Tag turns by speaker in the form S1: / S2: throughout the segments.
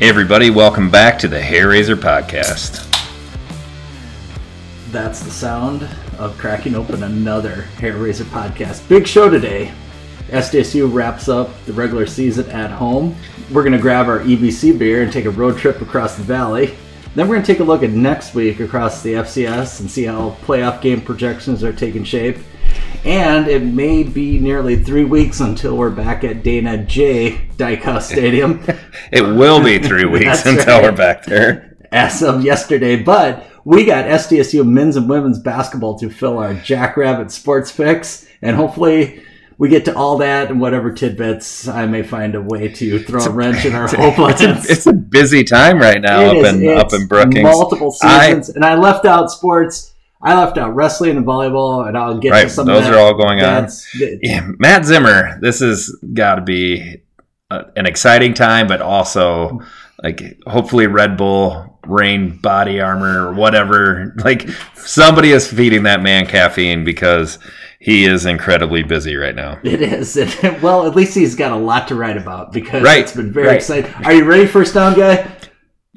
S1: Hey everybody, welcome back to the Hair Razor Podcast.
S2: That's the sound of cracking open another Hair Razor podcast. Big show today. SDSU wraps up the regular season at home. We're going to grab our EBC beer and take a road trip across the valley. Then we're going to take a look at next week across the FCS and see how playoff game projections are taking shape. And it may be nearly three weeks until we're back at Dana J. Dykehouse Stadium.
S1: It will be three weeks
S2: That's
S1: until
S2: right.
S1: we're back there.
S2: as of yesterday, but we got SDSU men's and women's basketball to fill our Jackrabbit sports picks, and hopefully we get to all that and whatever tidbits I may find a way to throw a, wrench in our hopelessness.
S1: It's a busy time right now
S2: It
S1: up
S2: is-
S1: in
S2: it's
S1: up in Brookings.
S2: multiple
S1: I-
S2: seasons, and I left out sports. I left out wrestling and volleyball, and I'll get
S1: Right,
S2: to some.
S1: those
S2: of that.
S1: are all going on.
S2: That's- th-
S1: Yeah, Matt Zimmer, this has got to be a, an exciting time, but also like hopefully Red Bull, rain, body armor, or whatever. Like somebody is feeding that man caffeine because he is incredibly busy right now.
S2: It is. It, well, at least he's got a lot to write about because
S1: Right,
S2: it's been very
S1: right.
S2: exciting. Are you ready, first down guy?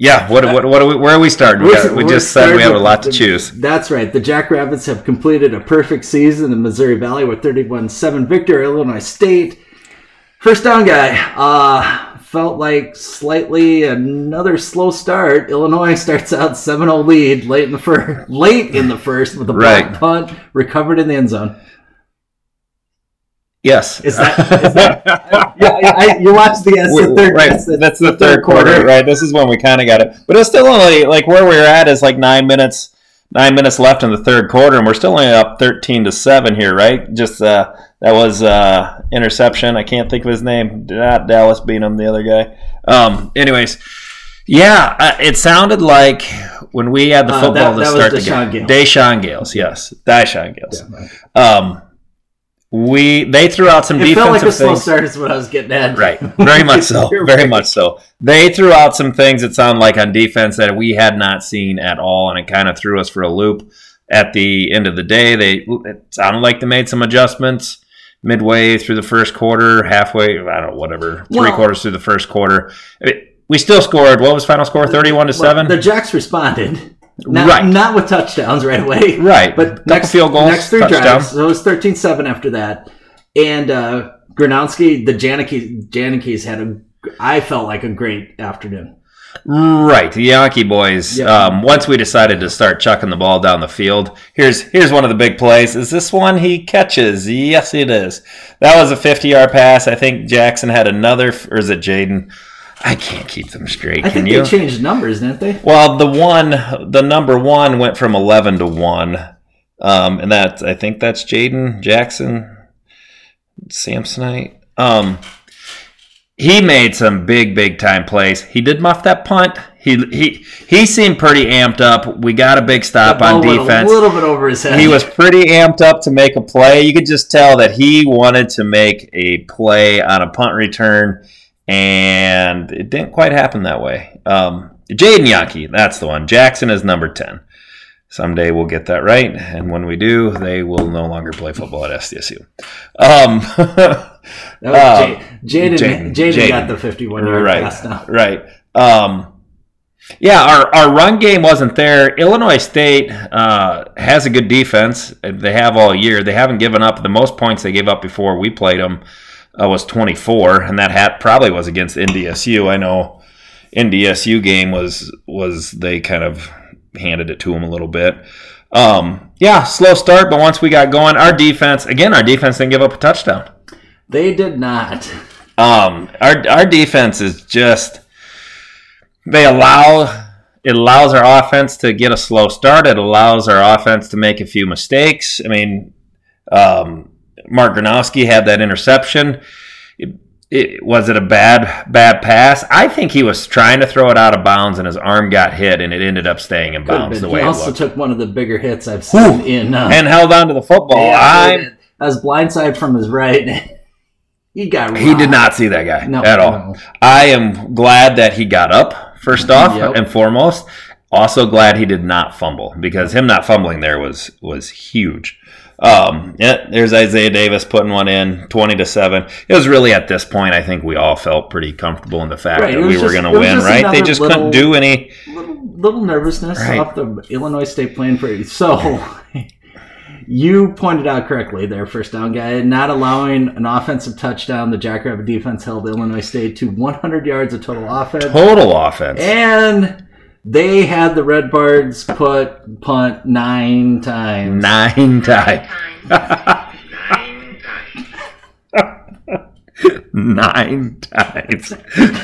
S1: Yeah, what what what are we, where are we starting? We,
S2: We're-
S1: got, we
S2: we're
S1: just said we have a
S2: starting
S1: lot to
S2: with-
S1: choose.
S2: That's right. The Jackrabbits have completed a perfect season in Missouri Valley with 31 7 victory over Illinois State. First down guy. Uh, felt like slightly another slow start. Illinois starts out 7 0 lead late in the first, late in the first with a blocked
S1: Right.
S2: punt recovered in the end zone.
S1: Yes.
S2: Is that, is that I, I, you watched the, that's the
S1: We-
S2: third,
S1: right,
S2: that's the,
S1: third, quarter, right? This is when we kind of got it, but it's still only like where we're at is like nine minutes, nine minutes left in the third quarter, and we're still only up thirteen to seven here, right? Just uh, that was uh, interception. I can't think of his name. Not Dallas Beanham, the other guy. Um, anyways, yeah, uh, it sounded like when we had the
S2: Uh,
S1: football
S2: that-
S1: to
S2: that was
S1: start
S2: Deshaun
S1: the game,
S2: Gales.
S1: Deshaun Gales, yes, Deshaun Gales. Um, we they threw out some
S2: It
S1: defensive
S2: felt like a
S1: things.
S2: slow start is what I was getting at.
S1: Right. Very much so.
S2: You're
S1: Very much so. They threw out some things that sound like on defense that we had not seen at all, and it kind of threw us for a loop. At the end of the day, they it sounded like they made some adjustments midway through the first quarter, halfway, I don't know, whatever, three
S2: Well-
S1: quarters through the first quarter. It- we still scored. What was final score? Thirty-one to
S2: Well,
S1: seven.
S2: The Jacks responded. Not,
S1: Right.
S2: not with touchdowns right away.
S1: Right.
S2: But
S1: Couple
S2: next
S1: field goals,
S2: next three
S1: touchdown.
S2: drives. So it was 13 7 after that. And uh, Gronowski, the Janikis, Janikis had a, I felt like a great afternoon.
S1: Right, the Yankee boys.
S2: Yeah.
S1: Um, once we decided to start chucking the ball down the field, here's here's one of the big plays. Is this one he catches? Yes, it is. That was a 50 yard pass. I think Jackson had another, or is it Jaden? I can't keep them straight.
S2: I
S1: Can
S2: think
S1: you?
S2: they changed numbers, didn't they?
S1: well, the one, the number one went from 11 to one, um, and that I think that's Jaden Jackson, Samsonite. Um, he made some big, big time plays. He did muff that punt. He he he seemed pretty amped up. We got a big stop on
S2: Ball went
S1: defense.
S2: A little bit over his head.
S1: He was pretty amped up to make a play. You could just tell that he wanted to make a play on a punt return, and it didn't quite happen that way. Um, Jaden Yankee, that's the one. Jackson is number 10. Someday we'll get that right, and when we do, they will no longer play football at SDSU. Um,
S2: That was
S1: uh,
S2: Jay-
S1: Jaden-
S2: Jaden, Jaden,
S1: Jaden.
S2: got the 51 yard
S1: right,
S2: pass now.
S1: Right. Um, yeah, our, our run game wasn't there. Illinois State uh, has a good defense. They have all year. They haven't given up. The most points they gave up before we played them uh, was 24, and that hat probably was against NDSU. I know NDSU game was was they kind of handed it to them a little bit. Um, yeah, slow start, but once we got going, our defense again, our defense didn't give up a touchdown.
S2: They did not.
S1: Um, our our defense is just they allow it allows our offense to get a slow start. It allows our offense to make a few mistakes. I mean, um, Mark Gronowski had that interception. It, it, was it a bad bad pass? I think he was trying to throw it out of bounds, and his arm got hit, and it ended up staying in
S2: Could have
S1: bounds
S2: been.
S1: the way
S2: He
S1: it
S2: also
S1: looked,
S2: took one of the bigger hits I've seen in. Uh,
S1: and held on to the football.
S2: Yeah,
S1: I'm
S2: he did. I was blindside from his right. he got.
S1: He
S2: rocked.
S1: did not see that guy
S2: No,
S1: at all.
S2: no.
S1: I am glad that he got up, first off
S2: Yep.
S1: and foremost. Also glad he did not fumble because him not fumbling there was was huge. Um, yeah, there's Isaiah Davis putting one in, twenty to seven. It was really at this point, I think we all felt pretty comfortable in the fact
S2: Right, it
S1: that we were
S2: was just-
S1: going
S2: it
S1: to
S2: was
S1: win,
S2: just
S1: right? They
S2: another
S1: just
S2: little-
S1: couldn't do any.
S2: little, little nervousness
S1: Right.
S2: off the Illinois State playing for you. So you pointed out correctly there, first down guy, not allowing an offensive touchdown. The Jackrabbit defense held Illinois State to 100 yards of total offense,
S1: Total offense.
S2: and they had the Redbirds put punt nine times.
S1: Nine times.
S3: Nine times.
S1: Nine times.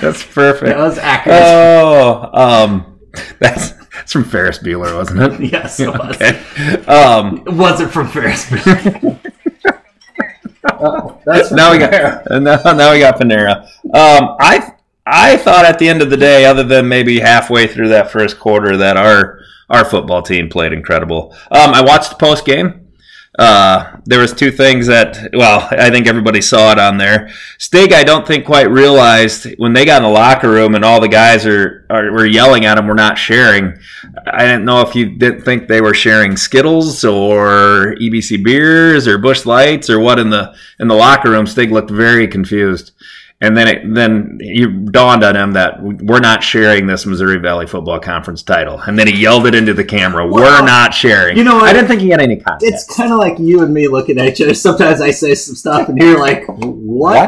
S1: That's perfect.
S2: That was accurate.
S1: Mm. Oh, um, that's, that's from Ferris Bueller, wasn't it?
S2: yes, it was.
S1: Okay. Um,
S2: It wasn't from Ferris. oh, that's
S1: now we got now, now we got Panera. Um, I I thought at the end of the day, other than maybe halfway through that first quarter, that our our football team played incredible. Um, I watched the post game. Uh, there was two things that well, I think everybody saw it on there. Stig, I don't think quite realized when they got in the locker room and all the guys are, are were yelling at him, we're not sharing. I didn't know if you didn't think they were sharing Skittles or EBC beers or Bush Lights or what in the in the locker room. Stig looked very confused, and then it then it dawned on him that we're not sharing this Missouri Valley Football Conference title, and then he yelled it into the camera.
S2: Well,
S1: we're not sharing.
S2: you know what?
S1: I didn't think he had any context.
S2: it's kind of like you and me looking at each other. Sometimes I say some stuff, and you're like, "What,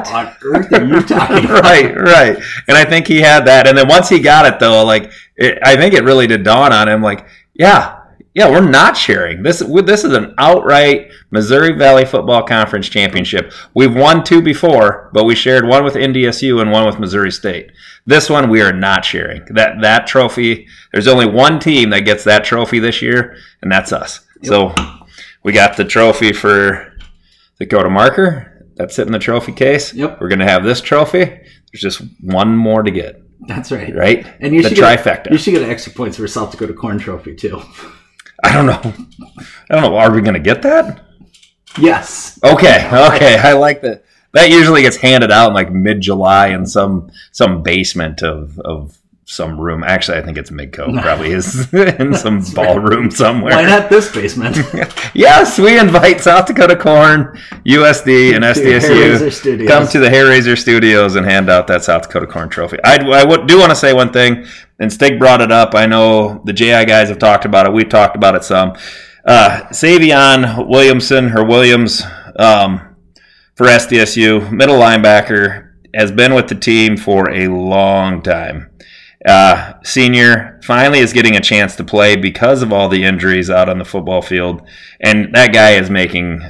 S1: What?
S2: on earth are you talking about?"
S1: right, right. And I think he had that. And then once he got it, though, like it, I think it really did dawn on him. Like, yeah, yeah, we're not sharing this. we- This is an outright Missouri Valley Football Conference championship. We've won two before, but we shared one with NDSU and one with Missouri State. This one we are not sharing. That that trophy. There's only one team that gets that trophy this year, and that's us. So we got the trophy for Dakota Marker. That's it in the trophy case.
S2: Yep.
S1: We're gonna have this trophy. There's just one more to get,
S2: That's right.
S1: right?
S2: And you
S1: the
S2: should get,
S1: trifecta.
S2: You should get extra points for South Dakota Corn Trophy too.
S1: I don't know. I don't know. Are we gonna get that?
S2: Yes.
S1: Okay, okay. I like that. That usually gets handed out in like mid July in some some basement of of some room. Actually, I think it's Midco probably is in some ballroom somewhere.
S2: Why not this basement?
S1: Yes, we invite South Dakota Corn, USD, and
S2: Razor
S1: SDSU
S2: Studios.
S1: come to the Hair Razor Studios and hand out that South Dakota Corn Trophy. I, I would- do want to say one thing, and Stig brought it up. I know the JI guys have talked about it. We've talked about it some. Uh, Savion Williamson or Williams um, for SDSU, middle linebacker, has been with the team for a long time uh, senior finally is getting a chance to play because of all the injuries out on the football field and that guy is making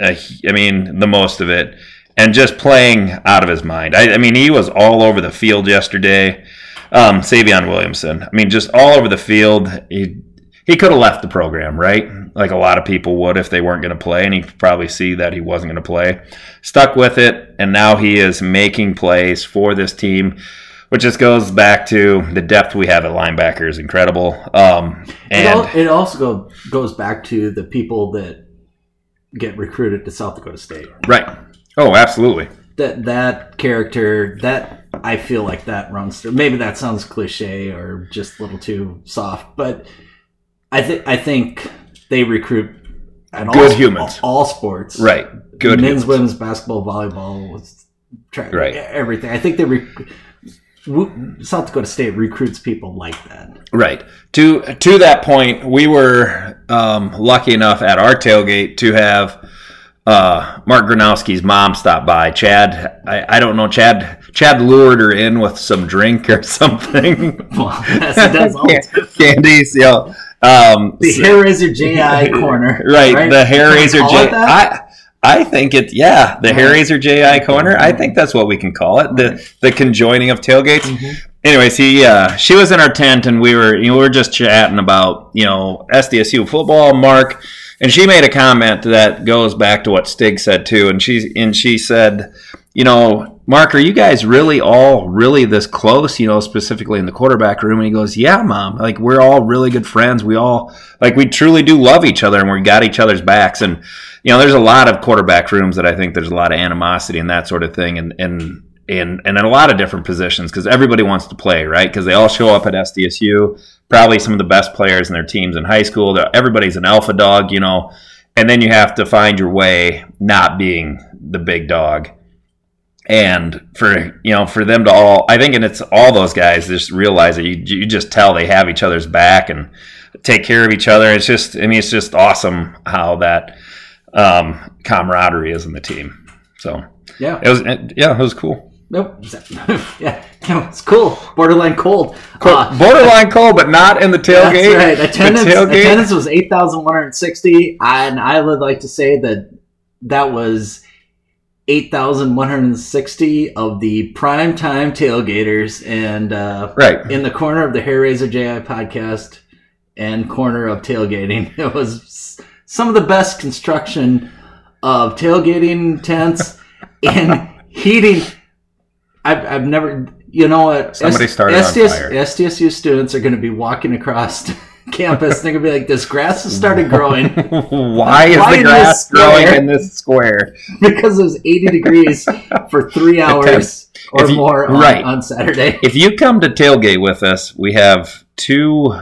S1: uh, I mean the most of it and just playing out of his mind I, I mean he was all over the field yesterday um, Savion Williamson I mean just all over the field he he could have left the program, right? Like a lot of people would if they weren't going to play, and he could probably see that he wasn't going to play. Stuck with it, and now he is making plays for this team, which just goes back to the depth we have at linebacker is incredible. Um,
S2: It,
S1: and
S2: al- it also go- goes back to the people that get recruited to South Dakota State.
S1: right, oh, absolutely.
S2: That that character that I feel like that runs through. Maybe that sounds cliche or just a little too soft, but I think I think they recruit at all,
S1: Good humans.
S2: all sports,
S1: Right, good.
S2: men's,
S1: hits.
S2: women's basketball, volleyball, track,
S1: Right.
S2: everything. I think they rec- w- South Dakota State recruits people like that.
S1: Right. To to that point, we were um, lucky enough at our tailgate to have uh, Mark Gronowski's mom stop by. Chad, I, I don't know. Chad Chad lured her in with some drink or something.
S2: Well, that's, that's all.
S1: Candies, yo. Um,
S2: The hair razor JI corner,
S1: right, The hair
S2: Can we
S1: razor
S2: call it
S1: J.
S2: that?
S1: I I think it. Yeah, the hair
S2: Right.
S1: razor JI corner. I think that's what we can call it. The the conjoining of tailgates.
S2: Mhm.
S1: Anyways, he uh, she was in our tent and we were you know, we were just chatting about you know SDSU football, Mark, and she made a comment that goes back to what Stig said too, and she and she said, you know, Mark, are you guys really all really this close? You know, specifically in the quarterback room, and he goes, yeah, mom, like we're all really good friends. We all like we truly do love each other, and we got each other's backs, and you know, there's a lot of quarterback rooms that I think there's a lot of animosity and that sort of thing, and and and and in a lot of different positions because everybody wants to play, right? Because they all show up at SDSU, probably some of the best players in their teams in high school. They're- Everybody's an alpha dog, you know, and then you have to find your way not being the big dog and for you know for them to all i think and it's all those guys just realize that you, you just tell they have each other's back and take care of each other it's just i mean it's just awesome how that um, camaraderie is in the team so
S2: Yeah.
S1: it was it, yeah it was cool
S2: Nope. yeah. No, it's cool. Borderline cold. Uh,
S1: borderline cold but not in the
S2: that's
S1: tailgate
S2: right.
S1: The
S2: Attendance,
S1: tailgate-
S2: attendance was 8,160. And I would like to say that that was 8,160 of the primetime tailgaters. And uh,
S1: right
S2: in the corner of the Hair Razor JI podcast and corner of tailgating, it was s- some of the best construction of tailgating tents and heating. I've, I've never, you know what?
S1: Somebody started on fire.
S2: SDSU students are going to be walking across campus. They're going to be like, this grass has started growing
S1: why is
S2: Why
S1: the
S2: in
S1: grass
S2: this square?
S1: growing in this square
S2: because it was 80 degrees for three hours or
S1: If you-
S2: more on,
S1: right.
S2: on Saturday.
S1: if you come to tailgate with us, we have two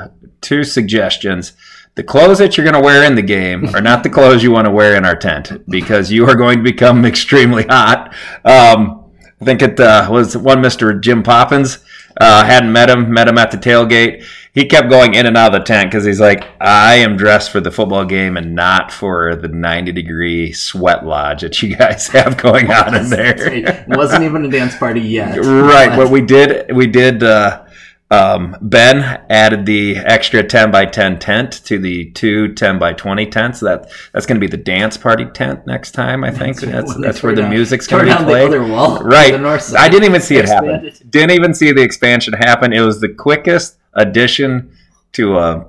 S1: two suggestions. The clothes that you're going to wear in the game are not the clothes you want to wear in our tent because you are going to become extremely hot. Um, I think it uh, was one Mr. Jim Poppins. Uh, hadn't met him, met him at the tailgate. He kept going in and out of the tent because he's like, I am dressed for the football game and not for the 90 degree sweat lodge that you guys have going on in there
S2: It wasn't even a dance party yet.
S1: right but we did we did uh um, ben added the extra 10 by 10 tent to the two 10 by 20 tents that that's going to be the dance party tent next time i think that's that's,
S2: when they
S1: where
S2: tore
S1: the
S2: down-
S1: music's
S2: tore
S1: going to be
S2: down the
S1: played
S2: other wall,
S1: right
S2: the north side.
S1: i didn't even see it happen
S2: Expanded.
S1: didn't even see the expansion happen it was the quickest addition to a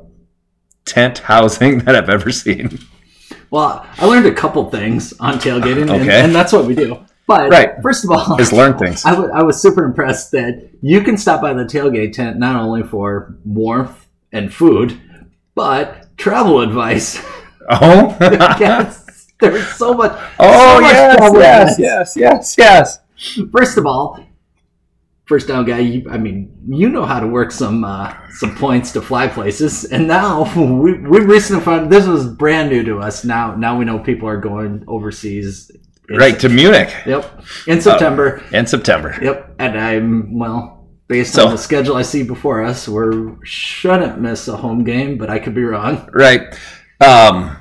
S1: tent housing that i've ever seen
S2: Well, I learned a couple things on tailgating, and,
S1: Okay.
S2: and that's what we do. But
S1: Right.
S2: first of all,
S1: Just learn things.
S2: I wa- I was super impressed that you can stop by the tailgate tent not only for warmth and food, but travel advice.
S1: oh
S2: yes, there's so much.
S1: oh
S2: so much
S1: yes
S2: travel
S1: yes
S2: advice.
S1: yes yes yes
S2: First of all, first down guy. You, I mean, you know how to work some uh, some points to fly places, and now we we recently found this was brand new to us. Now now we know people are going overseas. It's-
S1: right Uh, to munich
S2: Yep. In September.
S1: in september
S2: Yep. And I'm well. Based
S1: So-
S2: on the schedule I see before us, we shouldn't miss a home game, but I could be wrong.
S1: right um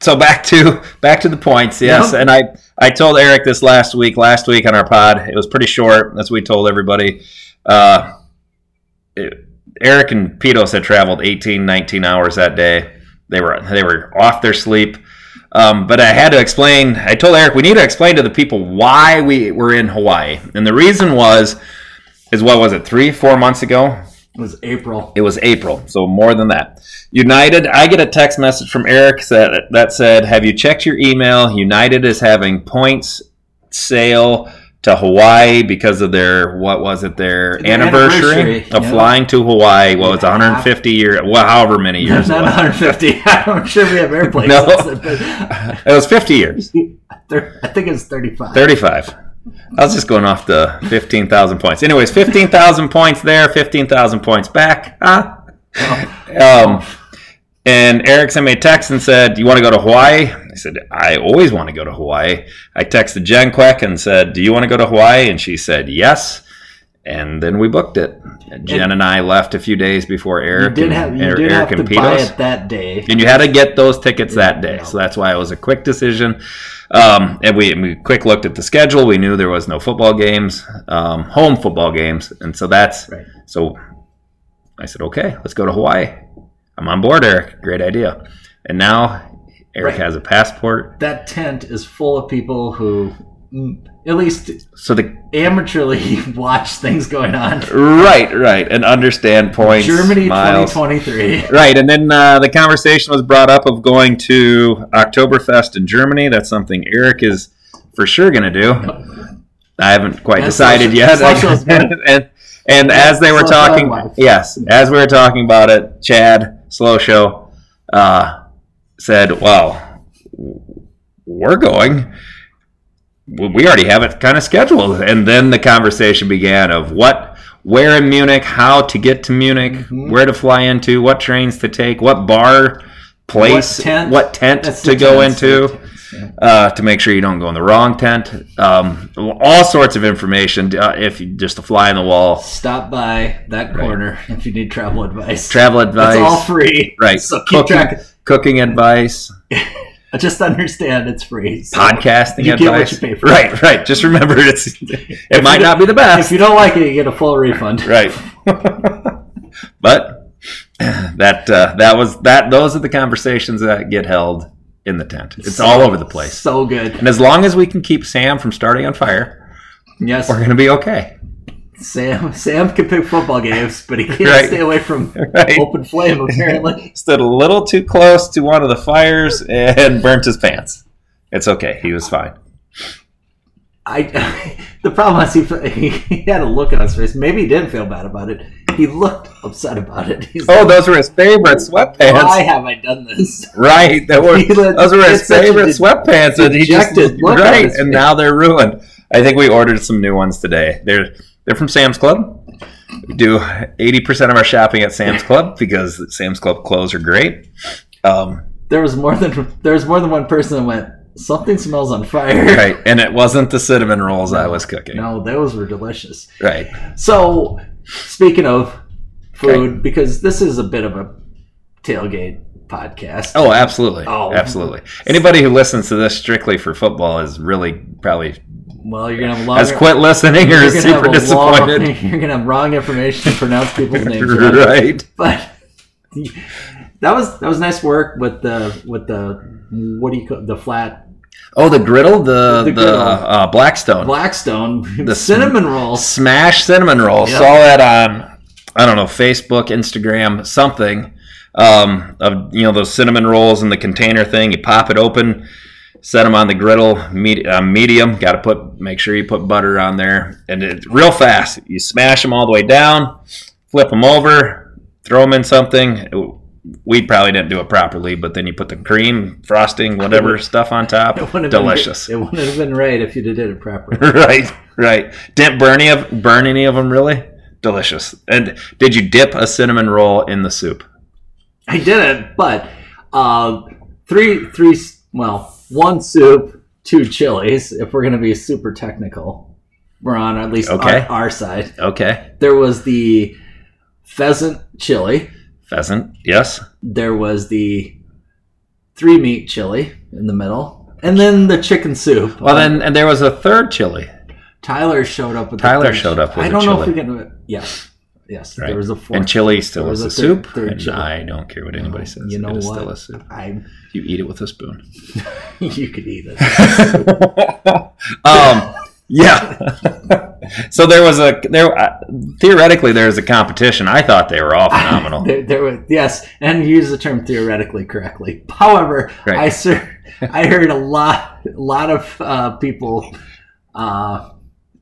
S1: so back to back to the points yes
S2: Yeah.
S1: and i i told eric this last week last week on our pod it was pretty short that's what we told everybody uh it- eric and pitos had traveled 18 19 hours that day they were they were off their sleep um, but I had to explain. I told Eric we need to explain to the people why we were in Hawaii, and the reason was, is what was it three, four months ago?
S2: It was April.
S1: It was April, so more than that. United, I get a text message from Eric that, that said, Have you checked your email? United is having points sale to Hawaii because of their, what was it, their
S2: Their
S1: anniversary,
S2: anniversary,
S1: of
S2: yeah.
S1: flying to Hawaii. Well, it's
S2: Yeah.
S1: 150 year, well, however many years.
S2: Not
S1: it was.
S2: 150. I'm sure we have airplanes.
S1: No.
S2: but
S1: It was 50 years,
S2: thir- I think it was 35.
S1: 35. I was just going off the 15,000 points. Anyways, 15,000 points there, 15,000 points back. Huh?
S2: Oh.
S1: Um, and Eric sent me a text and said, "You want to go to Hawaii?" I said, "I always want to go to Hawaii." I texted Jen Queck and said, "Do you want to go to Hawaii?" And she said, "Yes." And then we booked it. Jen and I left a few days before
S2: You
S1: Eric
S2: did
S1: and
S2: have, you
S1: Er-
S2: did have
S1: Eric
S2: to
S1: and
S2: buy
S1: Petos.
S2: it that day.
S1: And you had to get those tickets that day,
S2: Yeah.
S1: so that's why it was a quick decision. Um, and we, we quick looked at the schedule. We knew there was no football games, um, home football games, and so that's
S2: Right.
S1: so I said, okay, let's go to Hawaii. I'm on board, Eric. Great idea. And now Eric
S2: Right.
S1: has a passport.
S2: That tent is full of people who, mm, at least
S1: So the
S2: amateurly, watch things going on.
S1: right, right, and understand points.
S2: Germany
S1: miles.
S2: 2023.
S1: Right, and then uh, the conversation was brought up of going to Oktoberfest in Germany. That's something Eric is for sure going to do. I haven't quite
S2: And
S1: decided
S2: social-
S1: yet.
S2: social's good.
S1: and and as they were
S2: Social
S1: talking,
S2: life.
S1: yes, as we were talking about it, Chad Slow Show uh, said, "Well, we're going." Well, we already have it kind of scheduled. And then the conversation began of what, where in Munich, how to get to Munich,
S2: Mhm.
S1: where to fly into, what trains to take, what bar place,
S2: What tent? That's the
S1: to go
S2: tents,
S1: into.
S2: the tents, yeah.
S1: uh, to make sure you don't go in the wrong tent. Um, all sorts of information. Uh, if you just a fly on the wall,
S2: Stop by that corner if you need travel advice.
S1: travel advice,
S2: It's all free.
S1: right?
S2: So keep
S1: cooking,
S2: track.
S1: cooking advice,
S2: I just understand it's free. So
S1: podcasting
S2: You get what
S1: advice.
S2: you pay for.
S1: Right, right. Just remember, it's it might
S2: you
S1: not be the
S2: If
S1: best.
S2: you don't like it, you get a full refund.
S1: Right, but that uh, that was that. Those are the conversations that get held in the tent. It's all over the place.
S2: So good.
S1: And as long as we can keep Sam from starting on fire,
S2: Yes.
S1: we're going to be okay.
S2: Sam Sam can pick football games, but he can't
S1: Right.
S2: stay away from
S1: Right.
S2: open flame apparently.
S1: Stood a little too close to one of the fires and burnt his pants. It's okay. He was fine.
S2: I the problem was he, he had a look on his face. Maybe he didn't feel bad about it. He looked upset about it. He's
S1: Oh,
S2: like,
S1: those were his favorite sweatpants.
S2: why have I done this?
S1: Right. That were
S2: He let-
S1: those were his
S2: it's such a
S1: favorite
S2: de-
S1: sweatpants and he just
S2: dejected look on
S1: right
S2: his
S1: and
S2: face.
S1: now they're ruined. I think we ordered some new ones today. They're they're from Sam's Club. We do 80% of our shopping at Sam's Club because Sam's Club clothes are great. Um,
S2: There was more than there was more than one person that went, Something smells on fire.
S1: right. And it wasn't the cinnamon rolls I was cooking.
S2: No, those were delicious.
S1: Right.
S2: So, speaking of food, because this is a bit of a tailgate podcast.
S1: Oh, absolutely.
S2: Oh.
S1: Absolutely. Anybody who listens to this strictly for football is really probably
S2: well, you're gonna have a
S1: has
S2: longer-
S1: quit listening or
S2: you're
S1: is
S2: gonna have
S1: super
S2: a long-
S1: disappointed.
S2: you're gonna have wrong information to pronounce people's names. wrong.
S1: right.
S2: But that was that was nice work with the with the what do you call the flat
S1: Oh, the griddle, the the,
S2: The griddle.
S1: Uh, Blackstone
S2: Blackstone the cinnamon rolls.
S1: smash cinnamon roll.
S2: Yep.
S1: Saw that on I don't know Facebook, Instagram, something um, of you know those cinnamon rolls in the container thing. You pop it open, set them on the griddle, med- uh, medium. Got to put make sure you put butter on there, and it's real fast. You smash them all the way down, flip them over, throw them in something. We probably didn't do it properly, but then you put the cream, frosting, whatever stuff on top.
S2: It wouldn't have been-
S1: Delicious.
S2: it wouldn't have been right if you did it properly.
S1: right, right. Didn't burn any of burn any of them really. Delicious. And did you dip a cinnamon roll in the soup?
S2: I didn't, but uh, three, three, well, one soup, two chilies. If we're gonna be super technical, we're on at least
S1: Okay.
S2: our, our side.
S1: Okay,
S2: There was the pheasant chili.
S1: pheasant. Yes.
S2: There was the three meat chili in the middle, and then the chicken soup.
S1: Well, then, and there was a third chili.
S2: Tyler showed up with.
S1: Tyler
S2: the third-
S1: showed up with
S2: I
S1: the
S2: don't know
S1: chili.
S2: if we can. Yes, yes.
S1: Right.
S2: There was a fourth.
S1: And chili still
S2: There
S1: is
S2: was
S1: a,
S2: a
S1: soup.
S2: third- third
S1: and
S2: chili.
S1: I don't care what anybody says.
S2: You know
S1: it is
S2: what?
S1: still a soup.
S2: I
S1: You eat it with a spoon.
S2: you could eat it.
S1: um, yeah. so there was a there uh, theoretically there was a competition. I thought they were all phenomenal.
S2: There, there were yes, and use the term theoretically correctly. However,
S1: Right.
S2: I ser- I heard a lot, a lot of uh, people, uh,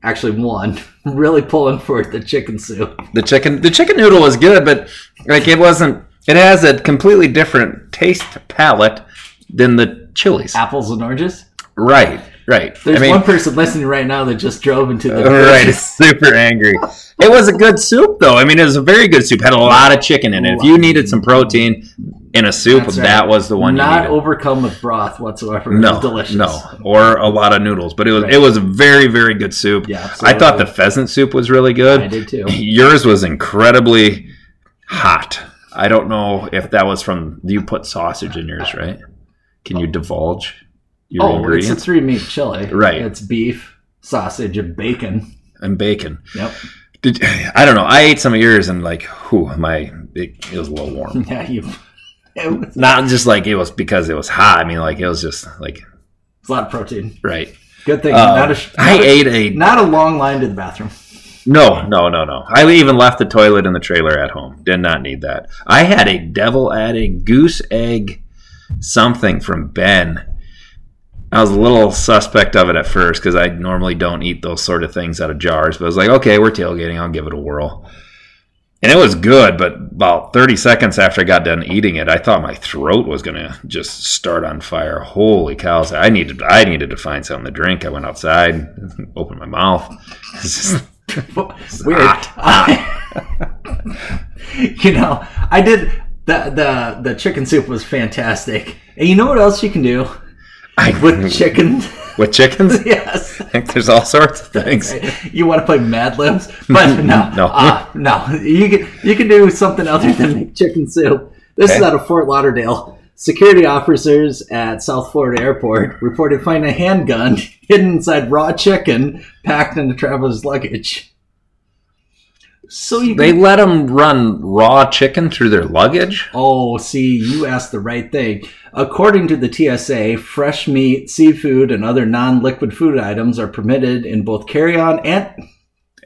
S2: actually one, really pulling for the chicken soup.
S1: the chicken the chicken noodle was good but like it wasn't it has a completely different taste palette than the chilies
S2: Apples and oranges.
S1: right right
S2: There's
S1: i mean
S2: one person listening right now that just drove into the
S1: right it's super angry it was a good soup though i mean it was a very good soup had a lot of chicken in it if you needed some protein in a soup
S2: That's right.
S1: that was the one
S2: Not
S1: you needed
S2: overcome with broth whatsoever. It
S1: no,
S2: was delicious.
S1: no, or a lot of noodles, but it was
S2: Right.
S1: it was a very very good soup.
S2: Yeah,
S1: I thought the
S2: absolutely.
S1: pheasant soup was really good.
S2: I did too.
S1: Yours was incredibly hot. I don't know if that was from you put sausage in yours, right? Can you divulge your
S2: Oh, it's a
S1: ingredients
S2: three meat chili.
S1: Right.
S2: It's beef, sausage, and bacon.
S1: and bacon?
S2: Yep.
S1: Did I don't know. I ate some of yours and like, whew, my it, it was a little warm.
S2: Yeah, you. It was,
S1: Not just like it was because it was hot. I mean, like it was just like
S2: it's a lot of protein.
S1: right.
S2: Good thing.
S1: Uh,
S2: not a, sh-
S1: I
S2: not a-
S1: ate a
S2: Not a long line to the bathroom.
S1: No, no, no, no. I even left the toilet in the trailer at home. Did not need that. I had a devil added goose egg something from Ben. I was a little suspect of it at first because I normally don't eat those sort of things out of jars, but I was like, okay, we're tailgating. I'll give it a whirl. And it was good, but about 30 seconds after I got done eating it, I thought my throat was going to just start on fire. Holy cows. I needed I needed to find something to drink. I went outside, opened my mouth. It's just-
S2: Weird. I- you know, I did. the the the chicken soup was fantastic. And you know what else you can do
S1: I,
S2: with chicken?
S1: with chickens,
S2: yes.
S1: I think there's all sorts of things.
S2: You want to play Mad Libs, but no,
S1: No.
S2: uh, no. You can you can do something other than make chicken soup. This is
S1: Okay.
S2: out of Fort Lauderdale. Security officers at South Florida Airport reported finding a handgun hidden inside raw chicken packed in a traveler's luggage. So you
S1: They
S2: can,
S1: let them run raw chicken through their luggage.
S2: oh, see, you asked the right thing. According to the TSA, fresh meat, seafood, and other non-liquid food items are permitted in both carry-on and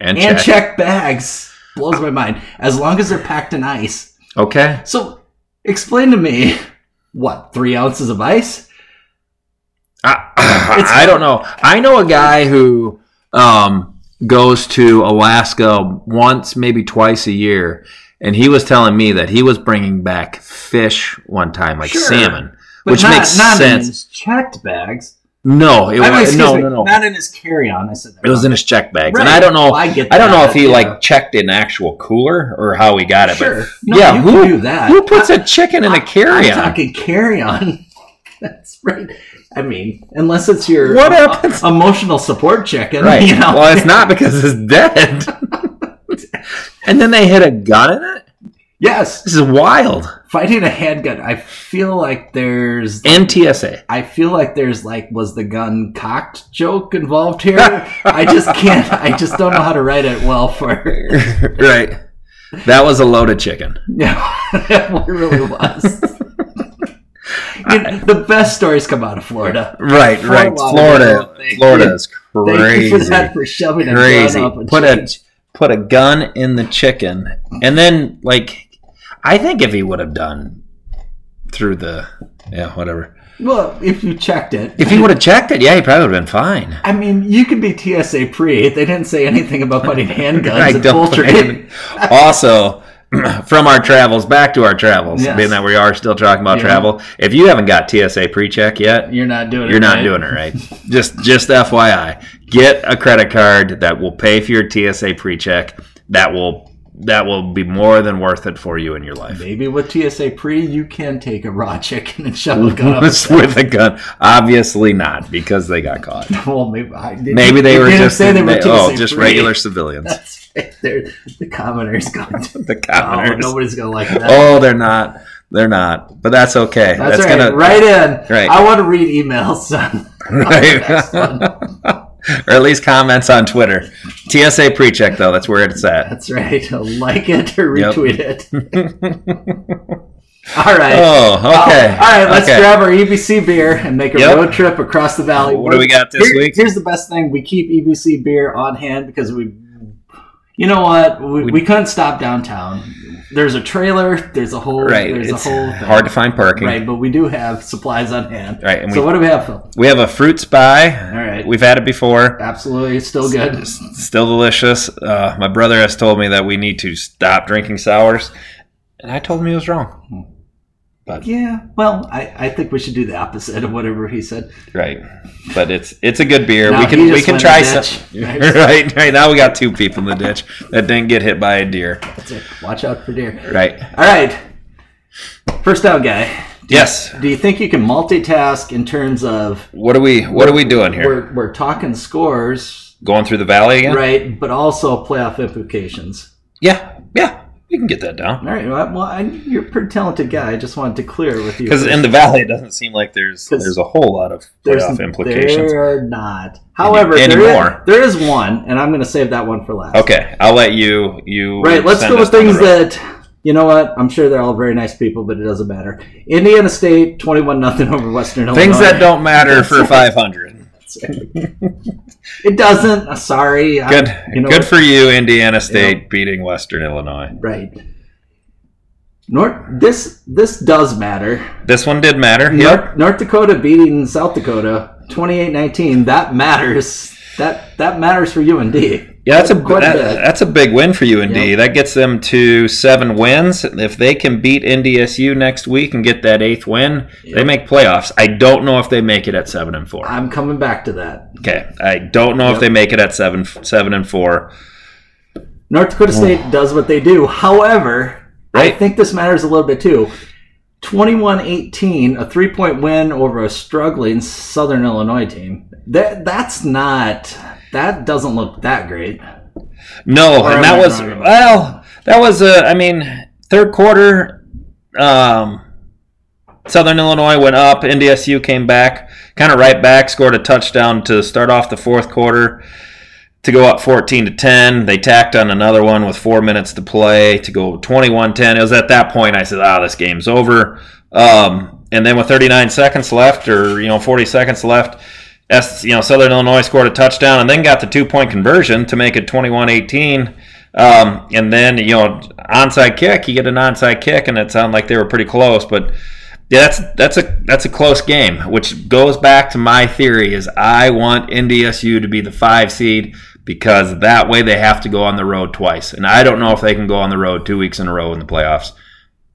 S1: And,
S2: and
S1: check.
S2: check bags. Blows my mind. As long as they're packed in ice.
S1: Okay.
S2: So, explain to me what three ounces of ice?
S1: I, I don't know. I know a guy who um, goes to Alaska once, maybe twice a year, and he was telling me that he was bringing back fish one time, like
S2: Sure.
S1: salmon,
S2: But
S1: which
S2: not,
S1: makes
S2: not in
S1: sense.
S2: his checked bags.
S1: No, it
S2: I mean,
S1: was
S2: excuse
S1: no,
S2: me,
S1: no, no.
S2: Not in his carry-on. I said that.
S1: It was
S2: wrong.
S1: in his check bags, and
S2: Right.
S1: I don't know.
S2: Well, I get
S1: I don't know
S2: that,
S1: if he
S2: yeah.
S1: like checked an actual cooler or how he got it.
S2: sure.
S1: But
S2: No,
S1: yeah,
S2: you
S1: who
S2: can do that?
S1: who puts a chicken in a
S2: I'm
S1: carry-on?
S2: talking carry-on. That's right. I mean, unless it's your
S1: What happens-
S2: emotional support chicken,
S1: Right.
S2: you know.
S1: Well, it's not because it's dead. and then they hit a gun in it.
S2: yes,
S1: This is wild.
S2: fighting a handgun. I feel like there's
S1: And TSA.
S2: I feel like there's like was the gun cocked joke involved here. I just can't. I just don't know how to write it well for.
S1: right. That was a loaded chicken.
S2: Yeah, it really was. You know, the best stories come out of Florida.
S1: Right,
S2: Fort
S1: right.
S2: Lauderdale,
S1: Florida.
S2: thank
S1: Florida is
S2: you. Thank you for that
S1: crazy.
S2: for shoving a
S1: Crazy.
S2: gun up. and
S1: Put a
S2: chicken.
S1: put a gun in the chicken. And then like I think if he would have done through the yeah, whatever.
S2: well, if you checked it.
S1: If he would have checked it, yeah, he probably would have been fine.
S2: I mean, you could be TSA pre. They didn't say anything about putting handguns in poultry.
S1: think- also, from our travels back to our travels,
S2: Yes.
S1: being that we are still talking about
S2: Yeah.
S1: travel, if you haven't got TSA pre-check yet,
S2: You're not doing it.
S1: you're not
S2: right.
S1: doing it right. just just FYI, get a credit card that will pay for your TSA pre-check. That will that will be more than worth it for you in your life.
S2: Maybe with TSA pre, you can take a raw chicken and shove a gun up. its
S1: With a gun, obviously not because they got caught.
S2: Well, maybe I didn't,
S1: Maybe they
S2: it
S1: were
S2: didn't
S1: just
S2: say they were
S1: they- oh,
S2: TSA
S1: just
S2: free.
S1: regular civilians.
S2: That's right. They're, the commoners going. To,
S1: The
S2: oh,
S1: commoners.
S2: nobody's gonna like that.
S1: Oh, they're not. They're not. But that's okay.
S2: That's, right.
S1: gonna
S2: right in.
S1: Right.
S2: I want to read emails. son. Next one.
S1: right. or at least comments on Twitter. TSA pre-check though. That's where it's at.
S2: That's right. Like it or
S1: Yep.
S2: retweet it. all right.
S1: Oh, okay.
S2: all right. Let's
S1: Okay.
S2: grab our EBC beer and make a
S1: Yep.
S2: road trip across the valley.
S1: What do we got this
S2: Here-
S1: week?
S2: Here's the best thing: we keep EBC beer on hand because we, you know what, we, we,
S1: We-
S2: couldn't stop downtown. There's a trailer. There's a whole.
S1: Right.
S2: There's
S1: It's
S2: a whole. thing.
S1: hard to find parking.
S2: Right, but we do have supplies on hand.
S1: Right, and
S2: so
S1: we-
S2: what do we have, Phil?
S1: We have a fruit spy.
S2: All right.
S1: We've had it before.
S2: Absolutely, it's still good.
S1: Still delicious. Uh, my brother has told me that we need to stop drinking sours, and I told him he was wrong.
S2: Yeah. Well, I, I think we should do the opposite of whatever he said.
S1: Right. But it's it's a good beer.
S2: Now,
S1: we
S2: he
S1: can we
S2: just
S1: can
S2: went
S1: try
S2: in the
S1: some.
S2: ditch.
S1: right. Right now we got two people in the ditch that didn't get hit by a deer.
S2: That's it. Watch out for deer.
S1: Right.
S2: All right. First out, guy.
S1: Yes.
S2: Do you think you can multitask in terms of
S1: What are we What are we doing here?
S2: we're we're talking scores,
S1: Going through the valley again?
S2: right? But also playoff implications.
S1: Yeah, yeah. We can get that down
S2: All right. Well, I- well, I, you're a pretty talented guy. I just wanted to clear with you
S1: because in the valley, it doesn't seem like there's
S2: 'Cause
S1: there's a whole lot of
S2: There's-
S1: playoff implications.
S2: There are not. However, there is,
S1: anymore.
S2: there is one, and I'm going to save that one for last.
S1: Okay, I'll let you you.
S2: Right, let's
S1: send
S2: go with
S1: us down the
S2: things
S1: road.
S2: that you know what? I'm sure they're all very nice people, but it doesn't matter. Indiana State, twenty-one nothing over Western
S1: things
S2: Illinois.
S1: that don't matter for five hundred.
S2: it doesn't. uh, Sorry, I-
S1: Good,
S2: you know
S1: good
S2: what?
S1: for you, Indiana State beating Western Illinois.
S2: right. North this this does matter.
S1: This one did matter. Yep.
S2: North, North Dakota beating South Dakota 28-19, That matters. That that matters for UND.
S1: Yeah, that's a
S2: Quite a
S1: that-
S2: bit.
S1: that's a big win for UND.
S2: Yep.
S1: That gets them to seven wins. If they can beat NDSU next week and get that eighth win, they make playoffs. I don't know if they make it at seven and four.
S2: I'm coming back to that.
S1: Okay, I don't know if they make it at seven, seven and four.
S2: North Dakota State does what they do. However,
S1: Mm. Right.
S2: I think this matters a little bit too. 21 18, a three point win over a struggling Southern Illinois team. That That's not, that doesn't look that great.
S1: No,
S2: Or am
S1: and that
S2: I
S1: was
S2: wrong about
S1: well, that was uh, I mean, third quarter. Um, Southern Illinois went up. NDSU came back, kind of right back, scored a touchdown to start off the fourth quarter to go up 14 to 10. They tacked on another one with four minutes to play to go 21 10. It was at that point I said, ah, this game's over. Um, and then with 39 seconds left, or you know 40 seconds left, S, you know Southern Illinois scored a touchdown and then got the two point conversion to make it 21 18. Um, and then you know onside kick, you get an onside kick, and it sounded like they were pretty close, but. Yeah, that's that's a that's a close game, which goes back to my theory is I want NDSU to be the five seed because that way they have to go on the road twice, and I don't know if they can go on the road two weeks in a row in the playoffs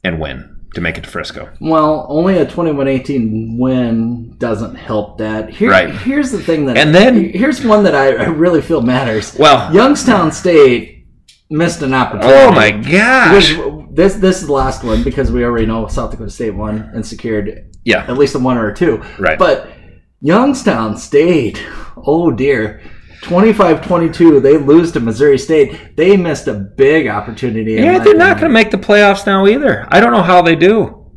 S1: and win to make it to Frisco.
S2: Well, only a 21 18 win doesn't help that. Here,
S1: Right.
S2: Here's the thing that,
S1: And then-
S2: here's one that I, I really feel matters.
S1: Well,
S2: Youngstown State missed an opportunity.
S1: oh my gosh,
S2: Because This this is the last one because we already know South Dakota State won and secured
S1: yeah,
S2: at least a one or a two.
S1: Right.
S2: But Youngstown State, oh dear. 25-22, they lose to Missouri State. They missed a big opportunity. in
S1: yeah,
S2: my
S1: they're not
S2: opinion.
S1: going to make the playoffs now either. I don't know how they do.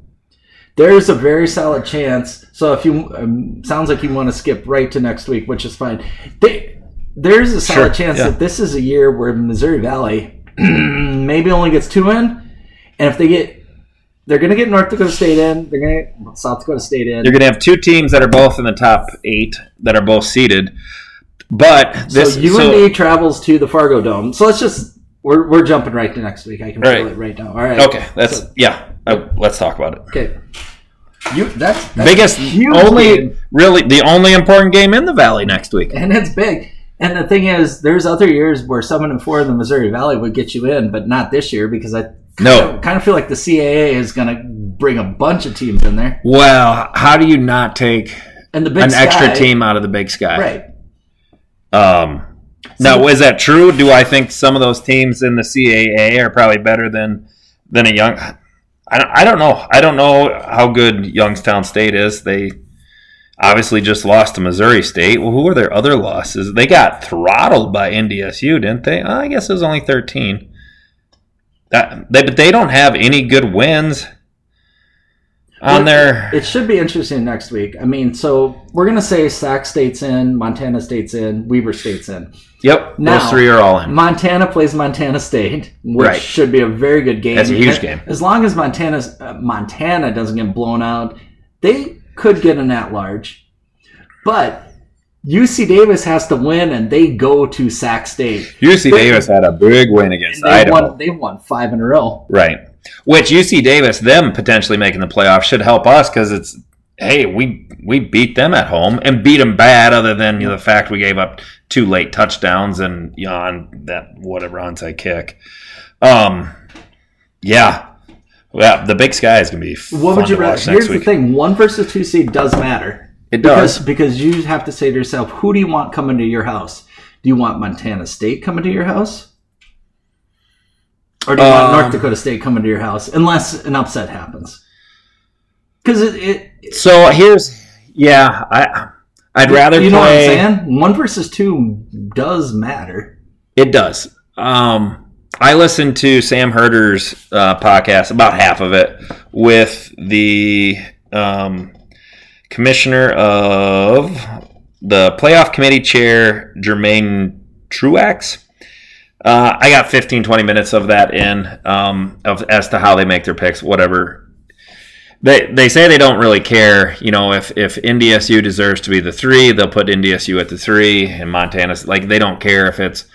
S2: There's a very solid chance. So if you um, sounds like you want to skip right to next week, which is fine. They, there's a solid
S1: Sure,
S2: chance
S1: yeah.
S2: that this is a year where Missouri Valley maybe only gets two in, and if they get, they're going to get North Dakota State in. They're going to get South Dakota State in.
S1: You're going to have two teams that are both in the top eight that are both seeded, but
S2: So
S1: this
S2: UND travels to the Fargo Dome. So let's just we're, we're jumping right to next week. I can
S1: Right.
S2: feel it right now. All right.
S1: Okay, that's yeah. Uh, let's talk about it.
S2: Okay. You that's, that's
S1: Biggest,
S2: a huge
S1: only
S2: game.
S1: really the only important game in the Valley next week.
S2: and it's big. And the thing is, there's other years where seven and four in the Missouri Valley would get you in, but not this year because I
S1: No.
S2: kind of feel like the CAA is going to bring a bunch of teams in there
S1: Well, how do you not take
S2: and the Big
S1: an extra
S2: Sky-
S1: team out of the Big Sky?
S2: right?
S1: Um, now, is that true? Do I think some of those teams in the CAA are probably better than than a young? I don't, I don't know. I don't know how good Youngstown State is. They obviously just lost to Missouri State. Well, who were their other losses? They got throttled by NDSU, didn't they? Oh, I guess it was only thirteen. That, they, but they don't have any good wins on
S2: Well,
S1: their.
S2: It should be interesting next week. I mean, so we're going to say Sac State's in, Montana State's in, Weber State's in.
S1: Yep,
S2: Now-
S1: those three are all in.
S2: Montana plays Montana State, which
S1: Right.
S2: should be a very good game.
S1: That's a huge
S2: And
S1: game.
S2: As long as Montana's uh, Montana doesn't get blown out, they could get an at large. But UC Davis has to win, and they go to Sac State.
S1: UC Davis had a big win against
S2: And they
S1: Idaho.
S2: won. They won five in a row.
S1: Right. Which UC Davis, them potentially making the playoffs should help us because it's hey we we beat them at home and beat them bad. Other than you know, the fact we gave up two late touchdowns and you know, on that whatever onside kick. Um, yeah, yeah. The Big Sky is gonna be. Fun
S2: What would you
S1: to watch
S2: rather?
S1: Next
S2: Here's
S1: week.
S2: the thing: one versus two seed does matter.
S1: It
S2: Because,
S1: does.
S2: because you have to say to yourself, who do you want coming to your house? Do you want Montana State coming to your house? Or do you want
S1: Um,
S2: North Dakota State coming to your house? Unless an upset happens. Because it, it,
S1: so here's yeah. I I'd rather
S2: you know what I'm
S1: play.
S2: saying? One versus two does matter.
S1: It does. Um, I listened to Sam Herder's uh, podcast, about half of it, with the um, commissioner of the playoff committee chair, Jermaine Truax. Uh, I got 15, 20 minutes of that in um, of, as to how they make their picks, whatever they they say they don't really care. You know, if if NDSU deserves to be the three, they'll put NDSU at the three, and Montana's like they don't care if it's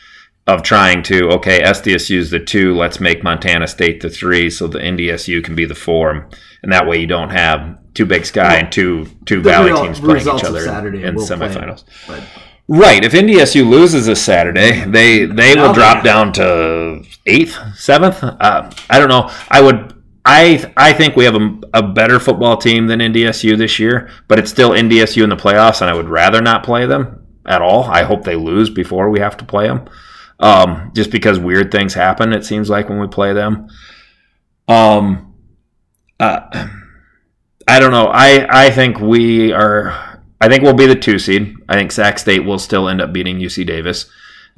S1: of trying to okay SDSU's the two, let's make Montana State the three, so the NDSU can be the four, and that way you don't have two Big Sky and two two
S2: The
S1: Valley
S2: real
S1: teams playing
S2: results
S1: each
S2: of
S1: other
S2: Saturday
S1: in
S2: will play.
S1: semifinals.
S2: But
S1: Right. If NDSU loses this Saturday, they they
S2: Now
S1: will
S2: they
S1: drop
S2: have-
S1: down to eighth, seventh. Uh, I don't know. I would. I I think we have a, a better football team than NDSU this year, but it's still NDSU in the playoffs, and I would rather not play them at all. I hope they lose before we have to play them, um, just because weird things happen. It seems like when we play them. Um, uh, I don't know. I I think we are. I think we'll be the two seed. I think Sac State will still end up beating UC Davis.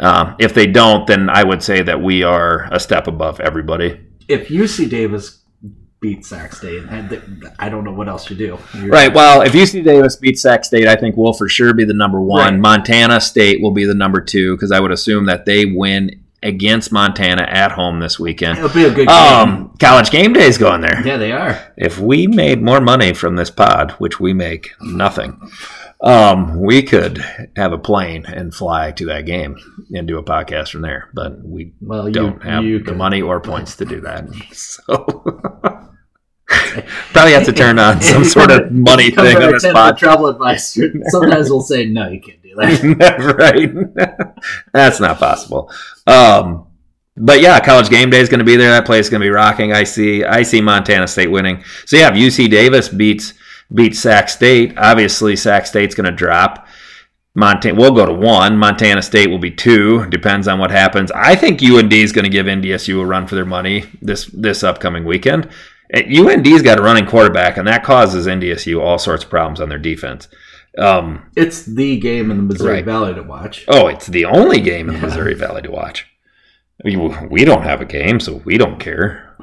S1: Um, if they don't, then I would say that we are a step above everybody.
S2: If UC Davis beats Sac State, I I don't know what else you do. You're-
S1: Right. Well, if UC Davis beats Sac State, I think we'll for sure be the number one.
S2: Right.
S1: Montana State will be the number two because I would assume that they win against Montana at home this weekend.
S2: It'll be a good game.
S1: Um, college game day's going there.
S2: yeah, they are.
S1: If we made more money from this pod, which we make nothing, um, we could have a plane and fly to that game and do a podcast from there. But we
S2: Well, you
S1: don't have
S2: you
S1: the
S2: could-
S1: money or points to do that. So probably have to turn on some sort of money
S2: Come
S1: thing
S2: back
S1: on this
S2: then,
S1: spot.
S2: Travel advice. Sometimes we'll say no, you can't do that.
S1: right. That's not possible. Um, but yeah, college game day is going to be there. That place is going to be rocking. I see. I see Montana State winning. So yeah, if UC Davis beats beats Sac State, obviously Sac State's going to drop. Montana will go to one. Montana State will be two. Depends on what happens. I think UND is going to give NDSU a run for their money this this upcoming weekend. Eh, UND's got a running quarterback, and that causes NDSU all sorts of problems on their defense. Um,
S2: It's the game in the Missouri
S1: Right.
S2: Valley to watch.
S1: Oh, it's the only game in the
S2: Yeah.
S1: Missouri Valley to watch. We, we don't have a game, so we don't care.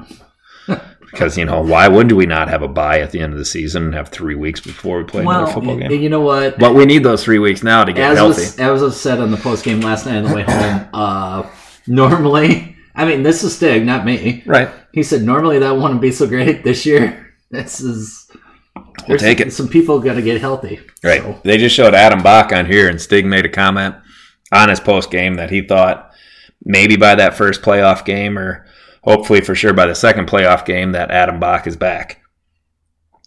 S1: because, you know, why would we not have a bye at the end of the season and have three weeks before we play
S2: well,
S1: another football
S2: y-
S1: game?
S2: you know what?
S1: but we need those three weeks now to get
S2: as
S1: healthy.
S2: was, as was said on the post game last night on the way home, uh, normally, I mean, this is Stig, not me.
S1: right.
S2: He said normally that wouldn't be so great this year. This is
S1: We'll
S2: there's
S1: take
S2: some,
S1: it.
S2: Some people got to get healthy.
S1: Right.
S2: So,
S1: They just showed Adam Bach on here, and Stig made a comment on his post game that he thought maybe by that first playoff game, or hopefully for sure by the second playoff game, that Adam Bach is back.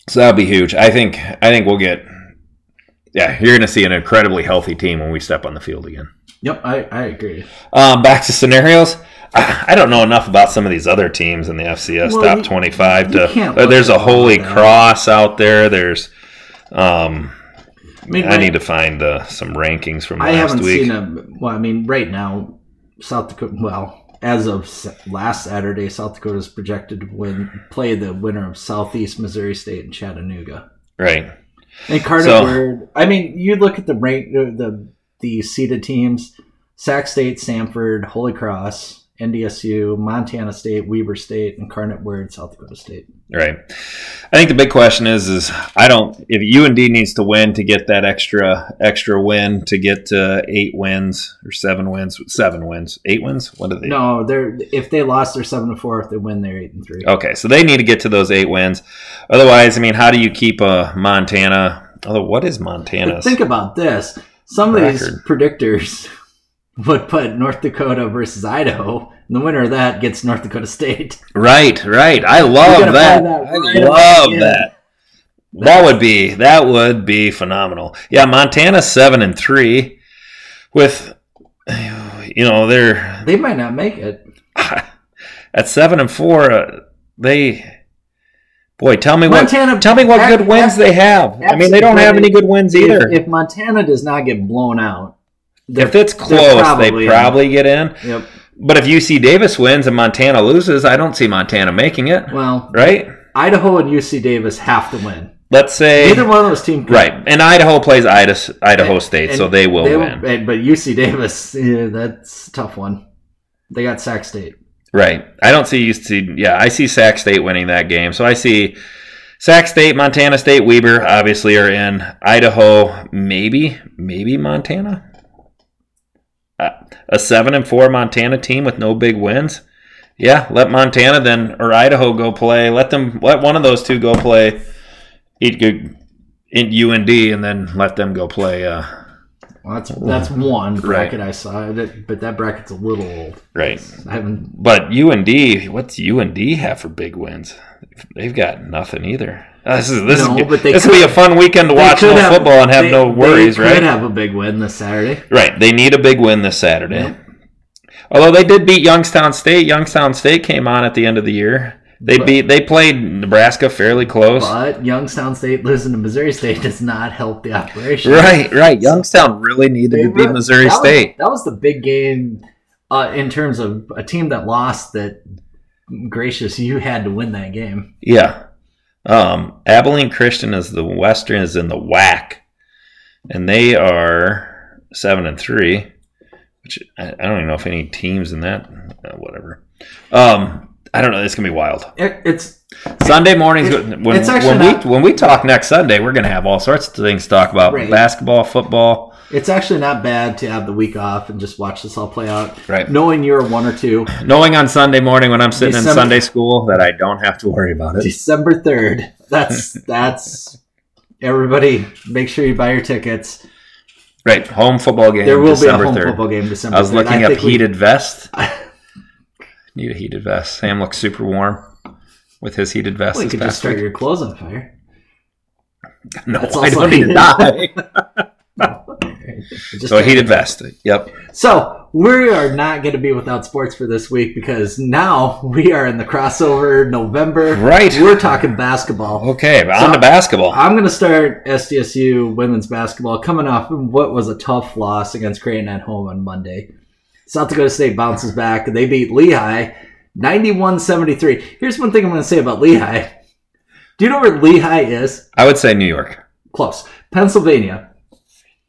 S1: So that'll be huge. I think. I think we'll get. Yeah, you're going to see an incredibly healthy team when we step on the field again.
S2: yep, I, I agree.
S1: Um, back to scenarios. I I don't know enough about some of these other teams in the FCS
S2: Well,
S1: top
S2: you-
S1: 25
S2: you
S1: to.
S2: can't
S1: uh, There's a
S2: look at all
S1: Holy
S2: that.
S1: Cross out there. There's. Um,
S2: I mean,
S1: I
S2: right-
S1: need to find uh, some rankings from
S2: I
S1: last
S2: haven't
S1: week.
S2: seen a. Well, I mean, right now, South Dakota. Well, as of s- last Saturday, South Dakota is projected to win, play the winner of Southeast Missouri State and Chattanooga.
S1: Right.
S2: And Cardiff,
S1: So-
S2: were- I mean, you look at the rank, the the, the seeded teams: Sac State, Sanford, Holy Cross, NDSU, Montana State, Weber State, Incarnate Word, South Dakota State.
S1: Right. I think the big question is is I don't if UND needs to win to get that extra extra win to get to eight wins or seven wins seven wins eight wins what do they
S2: No, they're if they lost, they're seven to four. If they win, they're eight and three.
S1: okay so they need to get to those eight wins otherwise I mean how do you keep a Montana although what is
S2: But
S1: Montana's
S2: think about this. Some of these
S1: Record.
S2: predictors would put North Dakota versus Idaho, and the winner of that gets North Dakota State.
S1: right right I
S2: gotta
S1: love that
S2: buy that
S1: I
S2: right
S1: love
S2: away, yeah.
S1: that that would be that would be phenomenal yeah Montana seven and three with you know they're
S2: They might not make it.
S1: at seven and four, uh, they boy, tell me what
S2: Montana,
S1: tell me what
S2: ac-
S1: good wins
S2: ac-
S1: they have. I mean, they don't have any good wins
S2: if-
S1: either. If,
S2: If, Montana does not get blown out, they're-
S1: it's
S2: they're
S1: close,
S2: probably
S1: they
S2: in.
S1: probably get in.
S2: Yep.
S1: But if UC Davis wins and Montana loses, I don't see Montana making it.
S2: Well,
S1: Right?
S2: Idaho and UC Davis have to win.
S1: Let's say
S2: Neither one of those teams.
S1: right, and Idaho plays Idaho, Idaho
S2: And-
S1: State,
S2: and
S1: so they will win.
S2: and- But UC Davis, yeah, that's a tough one. They got Sac State.
S1: Right. I don't see UC. Yeah, I see Sac State winning that game. So I see Sac State, Montana State, Weber obviously are in. Idaho, maybe, maybe Montana. Uh, a seven and four Montana team with no big wins. Yeah, let Montana then or Idaho go play. Let them let one of those two go play. Eat good in UND and then let them go play. Uh,
S2: Well, that's that's one
S1: Right.
S2: bracket I saw, that- but that bracket's a little old.
S1: right.
S2: I haven't.
S1: But UND, what's UND have for big wins? They've got nothing either. Uh, This is this
S2: No,
S1: is
S2: but they
S1: this will be a fun weekend to
S2: they
S1: watch
S2: could
S1: no
S2: have-
S1: football and have
S2: they-
S1: no worries,
S2: they
S1: right?
S2: Could have a big win this Saturday.
S1: Right. They need a big win this Saturday.
S2: Yep.
S1: Although they did beat Youngstown State. Youngstown State came on at the end of the year. They
S2: But-
S1: beat they played Nebraska fairly close.
S2: But Youngstown State losing to Missouri State does not help the operation.
S1: Right, right. Youngstown really needed
S2: They
S1: to beat
S2: were-
S1: Missouri
S2: that was-
S1: State.
S2: that was the big game uh, in terms of a team that lost that gracious, you had to win that game.
S1: Yeah. Um, Abilene Christian is the Western is in the whack, and they are seven and three, which I, I don't even know if any teams in that. uh, whatever. Um, I don't know. It's gonna be wild.
S2: It, it's
S1: Sunday mornings
S2: It-
S1: when when,
S2: it's actually not-
S1: we when we talk next Sunday, we're gonna have all sorts of things to talk about:
S2: Right.
S1: basketball, football.
S2: it's actually not bad to have the week off and just watch this all play out.
S1: Right.
S2: Knowing you're one or two,
S1: Knowing on Sunday morning when I'm sitting in
S2: December-
S1: Sunday school that I don't have to worry about it.
S2: December third. That's that's everybody. Make sure you buy your tickets.
S1: Right, home football game.
S2: There will
S1: December
S2: be a home
S1: 3rd.
S2: football game December.
S1: I was
S2: 3rd.
S1: looking up
S2: think we-
S1: heated vest. Need a heated vest. Sam looks super warm with his heated vest.
S2: Well, you
S1: this
S2: could just
S1: past
S2: start
S1: week.
S2: your clothes on fire.
S1: No,
S2: that's
S1: I
S2: also
S1: don't need to
S2: heated.
S1: die.
S2: Just
S1: so a heated vest. Yep.
S2: So we are not going to be without sports for this week because now we are in the crossover November.
S1: Right.
S2: We're talking basketball.
S1: Okay, on
S2: So-
S1: to basketball.
S2: I'm going to start SDSU women's basketball coming off of what was a tough loss against Creighton at home on Monday. South Dakota State bounces back. They beat Lehigh 91 73. Here's one thing I'm going to say about Lehigh. Do you know where Lehigh is?
S1: I would say New York.
S2: Close. Pennsylvania.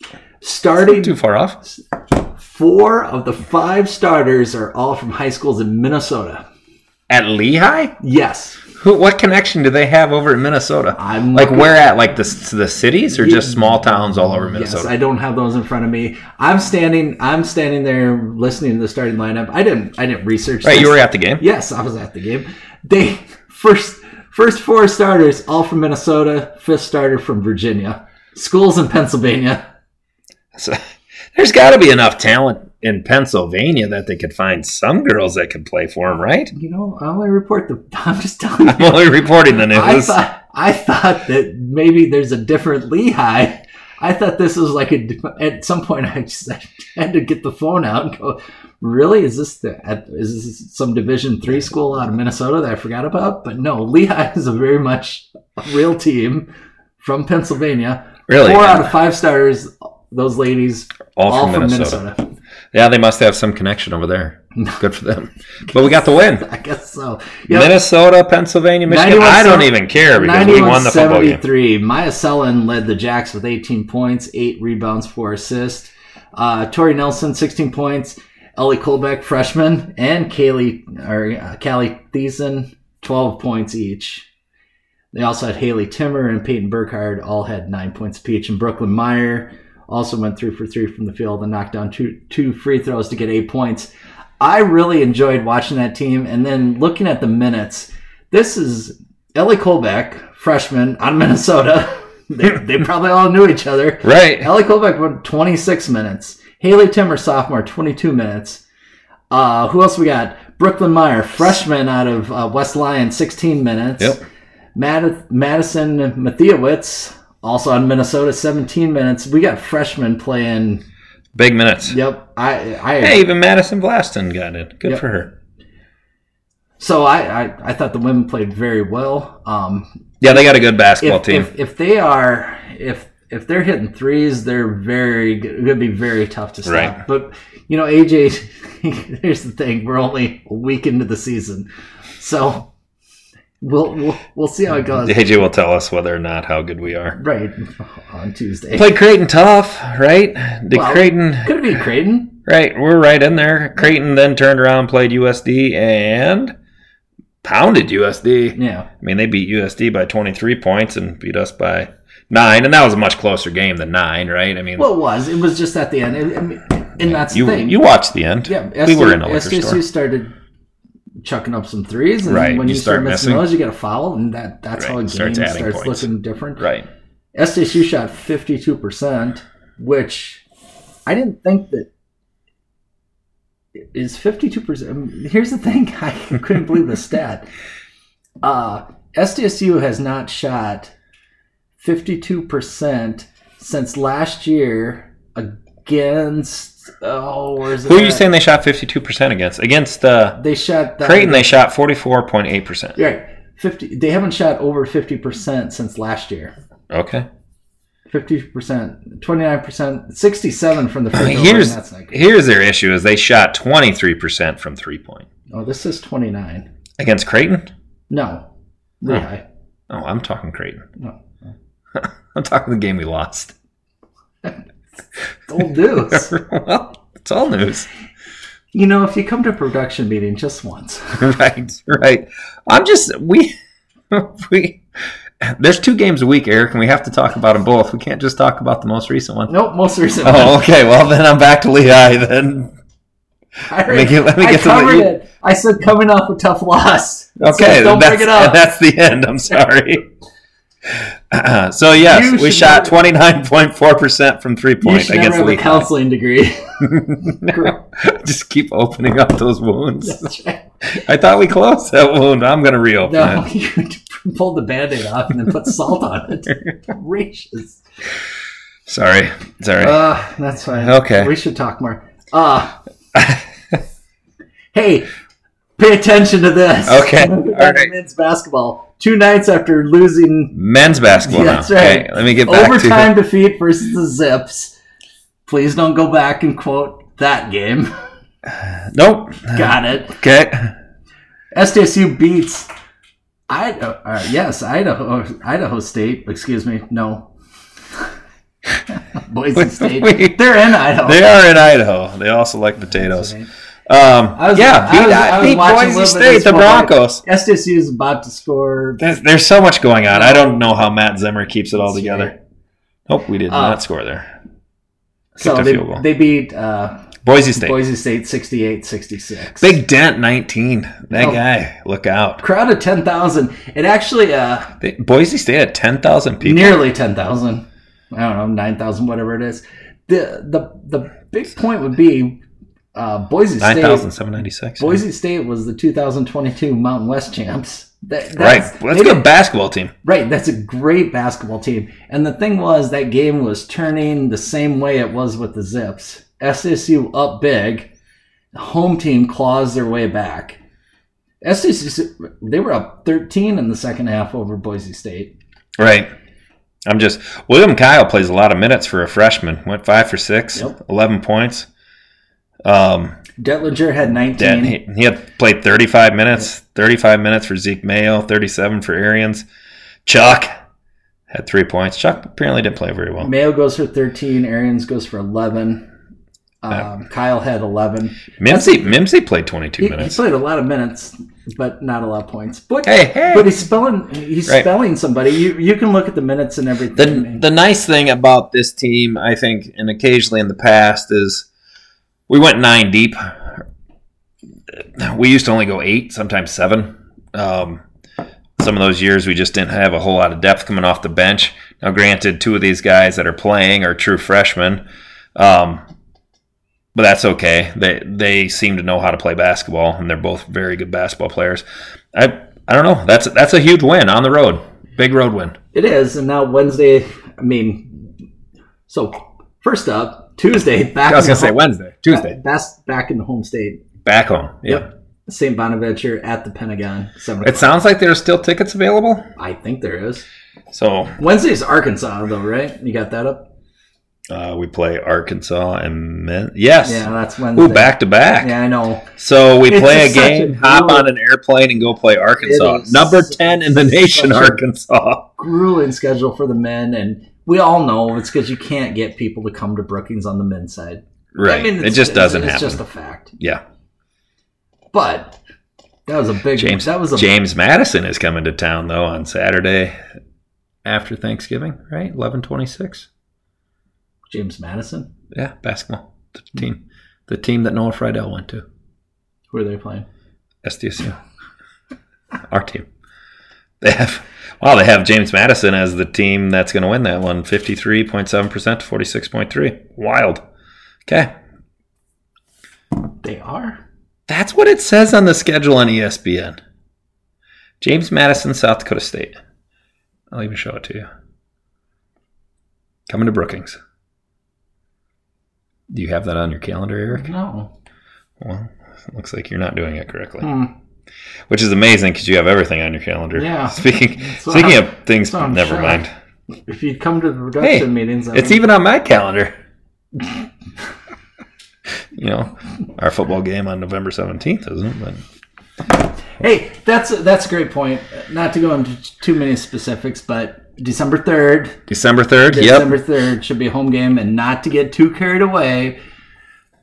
S1: Not
S2: Starting
S1: Too far off.
S2: Four of the five starters are all from high schools in Minnesota.
S1: At Lehigh?
S2: Yes,
S1: Who, what connection do they have over in Minnesota?
S2: I'm
S1: like where at? Like the to the cities or
S2: Ye-
S1: just small towns all over
S2: Yes,
S1: Minnesota?
S2: I don't have those in front of me. I'm standing. I'm standing there listening to the starting lineup. I didn't. I didn't research.
S1: right,
S2: this.
S1: you were at the game.
S2: Yes, I was at the game. They first first four starters all from Minnesota. Fifth starter from Virginia. Schools in Pennsylvania.
S1: So, there's got to be enough talent in Pennsylvania that they could find some girls that could play for them, right?
S2: You know, I only report the. I'm just telling you.
S1: I'm only reporting the
S2: I
S1: news.
S2: thought I thought that maybe there's a different Lehigh. I thought this was like a. At some point, I just I had to get the phone out and go. Really, is this the is this some Division three school out of Minnesota that I forgot about? But no, Lehigh is a very much a real team from Pennsylvania.
S1: really,
S2: Four out of five stars. Those ladies
S1: all,
S2: all
S1: from,
S2: from
S1: Minnesota.
S2: Minnesota.
S1: Yeah, they must have some connection over there. Good for them. But we got the win.
S2: I guess so. Yeah,
S1: Minnesota, Pennsylvania, Michigan.
S2: 91
S1: I don't even care because we won the football game.
S2: 91-73. Maya Sellen led the Jacks with 18 points, 8 rebounds, 4 assists. Uh, Tori Nelson, 16 points. Ellie Kolbeck, freshman, and Kaylee or uh, Callie Thiessen, 12 points each. They also had Haley Timmer and Peyton Burkhardt all had 9 points apiece. And Brooklyn Meyer also went 3 for 3 from the field and knocked down two, two free throws to get 8 points. I really enjoyed watching that team and then looking at the minutes. This is Ellie Kolbeck, freshman out of Minnesota. they, they probably all knew each other.
S1: Right.
S2: Ellie Kolbeck went 26 minutes. Haley Timmer, sophomore, 22 minutes. Uh, who else we got? Brooklyn Meyer, freshman out of uh, West Lyon, 16 minutes.
S1: Yep.
S2: Mad- Madison Mathiewicz, also on Minnesota, 17 minutes. We got freshmen playing.
S1: Big minutes.
S2: Yep. I, I
S1: Hey, even Madison Blaston got in. Good
S2: Yep.
S1: for her.
S2: So I, I, I thought the women played very well. Um,
S1: Yeah, they got a good basketball
S2: if,
S1: team.
S2: if if they are if if they're hitting threes, they're very going to be very tough to stop.
S1: Right.
S2: But you know, AJ, here's the thing: we're only a week into the season, so we'll we'll, we'll see how it goes.
S1: AJ will tell us whether or not how good we are.
S2: Right on Tuesday,
S1: Played Creighton tough, right? Did
S2: Well-
S1: Creighton
S2: could it be Creighton?
S1: Right, we're right in there. Creighton then turned around, and played USD, and pounded USD.
S2: Yeah,
S1: I mean, they beat USD by 23 points and beat us by nine, and that was a much closer game than nine, right? I mean,
S2: well, it was it was just at the end, I mean, and that's
S1: you
S2: the thing.
S1: you watched the end.
S2: yeah,
S1: we
S2: SD
S1: were in a liquor
S2: SDSU
S1: store.
S2: started chucking up some threes, and
S1: Right,
S2: when you,
S1: you
S2: start,
S1: start
S2: missing,
S1: missing.
S2: those, you get a foul, and that that's
S1: Right,
S2: how a game
S1: starts
S2: starts,
S1: adding points.
S2: looking different.
S1: Right.
S2: SDSU shot 52%, which I didn't think that is 52%. I mean, here's the thing I couldn't believe the stat. Uh, SDSU has not shot 52% since last year against. Oh, where's it?
S1: Who are you
S2: at?
S1: saying they shot 52% against? Against uh,
S2: They shot that.
S1: Creighton, they shot 44.8%.
S2: Right. 50, they haven't shot over 50% since last year.
S1: Okay.
S2: Fifty percent, twenty nine percent, sixty seven from the free throw line.
S1: Here's
S2: That's not good.
S1: here's their issue is they shot 23% from three point.
S2: Oh, this is twenty nine.
S1: Against Creighton?
S2: No. Lehigh.
S1: Oh, I'm talking Creighton.
S2: No.
S1: I'm talking the game we lost.
S2: Old news.
S1: well, it's all news.
S2: you know, if you come to a production meeting just once,
S1: right, right. I'm just we we. There's two games a week, Eric, and we have to talk about them both. We can't just talk about the most recent one.
S2: nope, most recent.
S1: Oh, okay. Well, then I'm back to Lehigh. Then
S2: I,
S1: let me get, let me
S2: I
S1: get to what
S2: covered
S1: you-
S2: it. I said coming off a tough loss.
S1: Okay,
S2: So don't
S1: that's,
S2: bring it up.
S1: That's the end. I'm sorry. Uh, so yes,
S2: You
S1: we
S2: should
S1: shot
S2: never-
S1: twenty nine point four percent from three
S2: You
S1: point
S2: should never
S1: against
S2: have a
S1: Lehigh.
S2: counseling degree.
S1: No, just keep opening up those wounds.
S2: That's right.
S1: I thought we closed that wound. I'm gonna reopen
S2: No,
S1: it.
S2: you pulled the band-aid off and then put salt on it. Gracious.
S1: Sorry, sorry.
S2: Uh, that's fine.
S1: Okay.
S2: We should talk more. Uh, hey, pay attention to this.
S1: Okay,
S2: Back to
S1: all right.
S2: Men's basketball. Two nights after losing
S1: Men's basketball.
S2: That's
S1: now.
S2: right.
S1: Okay, let me get back
S2: overtime defeat versus the Zips. Please don't go back and quote that game.
S1: to. Nope.
S2: Got it.
S1: Okay.
S2: SDSU beats Idaho. Uh, yes, Idaho. Idaho State. Excuse me. No. Boise State.
S1: Wait.
S2: They're in Idaho.
S1: They are in Idaho. They also like potatoes. Um,
S2: was-
S1: yeah,
S2: I
S1: beat, uh,
S2: was- I was
S1: beat
S2: watching a
S1: Boise
S2: little bit of
S1: State, the
S2: baseball, but-
S1: Broncos.
S2: SDSU is about to score.
S1: There's, there's so much going on. I don't know how Matt Zimmer keeps it all together. Nope, we did
S2: Uh,
S1: not score there.
S2: So
S1: a
S2: they,
S1: field goal.
S2: they beat uh,
S1: Boise State.
S2: Boise State 68-66.
S1: Big Dent 19. That
S2: Oh.
S1: guy, look out.
S2: crowd of 10,000. It actually uh,
S1: They, Boise State had 10,000 people.
S2: nearly 10,000. I don't know, 9,000 whatever it is. The the the big point would be uh, Boise State
S1: 9,796.
S2: Boise State was the 2022 Mountain West champs. That,
S1: Right.
S2: that's,
S1: Let's
S2: they
S1: go
S2: did-
S1: basketball team.
S2: Right, that's a great basketball team. And the thing was, that game was turning the same way it was with the Zips. SSU up big, the home team claws their way back. SSU, they were up 13 in the second half over Boise State.
S1: Right. I'm just William Kyle plays a lot of minutes for a freshman. Went five for six,
S2: Yep.
S1: eleven points. Um,
S2: Detlinger had 19.
S1: Dan, he, he had played thirty five minutes. Thirty five minutes for Zeke Mayo. Thirty seven for Arians. Chuck had three points. Chuck apparently didn't play very well.
S2: Mayo goes for 13, Arians goes for 11. Um, Kyle had 11.
S1: Mimsy Mimsy played twenty two
S2: He, he
S1: minutes.
S2: played a lot of minutes, but not a lot of points. But
S1: Hey hey.
S2: But he's spelling he's
S1: Right.
S2: spelling somebody. You you can look at the minutes and everything.
S1: The, the nice thing about this team, I think, and occasionally in the past, is we went nine deep. We used to only go eight, sometimes seven. Um, some of those years, we just didn't have a whole lot of depth coming off the bench. Now, granted, two of these guys that are playing are true freshmen, um, but that's okay. They they seem to know how to play basketball, and they're both very good basketball players. I I don't know. That's that's a huge win on the road, big road win.
S2: it is, and now Wednesday I mean so first up, Tuesday back
S1: I was
S2: in the
S1: gonna say
S2: home-
S1: Wednesday, Tuesday.
S2: That's back in the home state.
S1: Back home. Yeah.
S2: St. Bonaventure at the Pentagon. Seven
S1: It sounds like there are still tickets available.
S2: I think there is.
S1: So
S2: Wednesday's Arkansas though, right? You got that up?
S1: uh, we play Arkansas and Men. Yes.
S2: Yeah, that's Wednesday.
S1: Ooh, back to back.
S2: Yeah, I know.
S1: So we
S2: It's
S1: play a
S2: just such
S1: game,
S2: a
S1: hop
S2: brutal-
S1: on an airplane, and go play Arkansas.
S2: It is
S1: Number
S2: such-
S1: 10 in the nation,
S2: such a-
S1: Arkansas.
S2: Grueling schedule for the men and we all know it's because you can't get people to come to Brookings on the men's side.
S1: Right.
S2: I mean,
S1: it
S2: it's-
S1: just doesn't
S2: it's,
S1: happen.
S2: It's just a fact.
S1: yeah.
S2: But that was a big
S1: James,
S2: That was a
S1: James Madison is coming to town, though, on Saturday after Thanksgiving, right? 1126.
S2: James Madison.
S1: Yeah, basketball. The team. The team that Noah Friedel went to.
S2: Who are they playing?
S1: SDSU. Our team. They have wow, they have James Madison as the team that's gonna win that one. Fifty three point seven percent to forty six point three. Wild. Okay.
S2: They are.
S1: That's what it says on the schedule on E ESPN. James Madison, South Dakota State. I'll even show it to you. Coming to Brookings. Do you have that on your calendar, Eric?
S2: No.
S1: Well, it looks like you're not doing it correctly.
S2: Hmm.
S1: which is amazing because you have everything on your calendar.
S2: Yeah.
S1: Speaking
S2: what
S1: speaking
S2: I'm-
S1: of things,
S2: that's what I'm
S1: never
S2: shocked.
S1: mind.
S2: If you'd come to the production
S1: Hey,
S2: meetings, I
S1: It's
S2: would-
S1: even on my calendar. you know, our football game on November seventeenth, isn't it? But
S2: Hey, that's that's a great point. Not to go into too many specifics, but December third,
S1: December third.
S2: December
S1: Yep.
S2: third should be a home game, and not to get too carried away,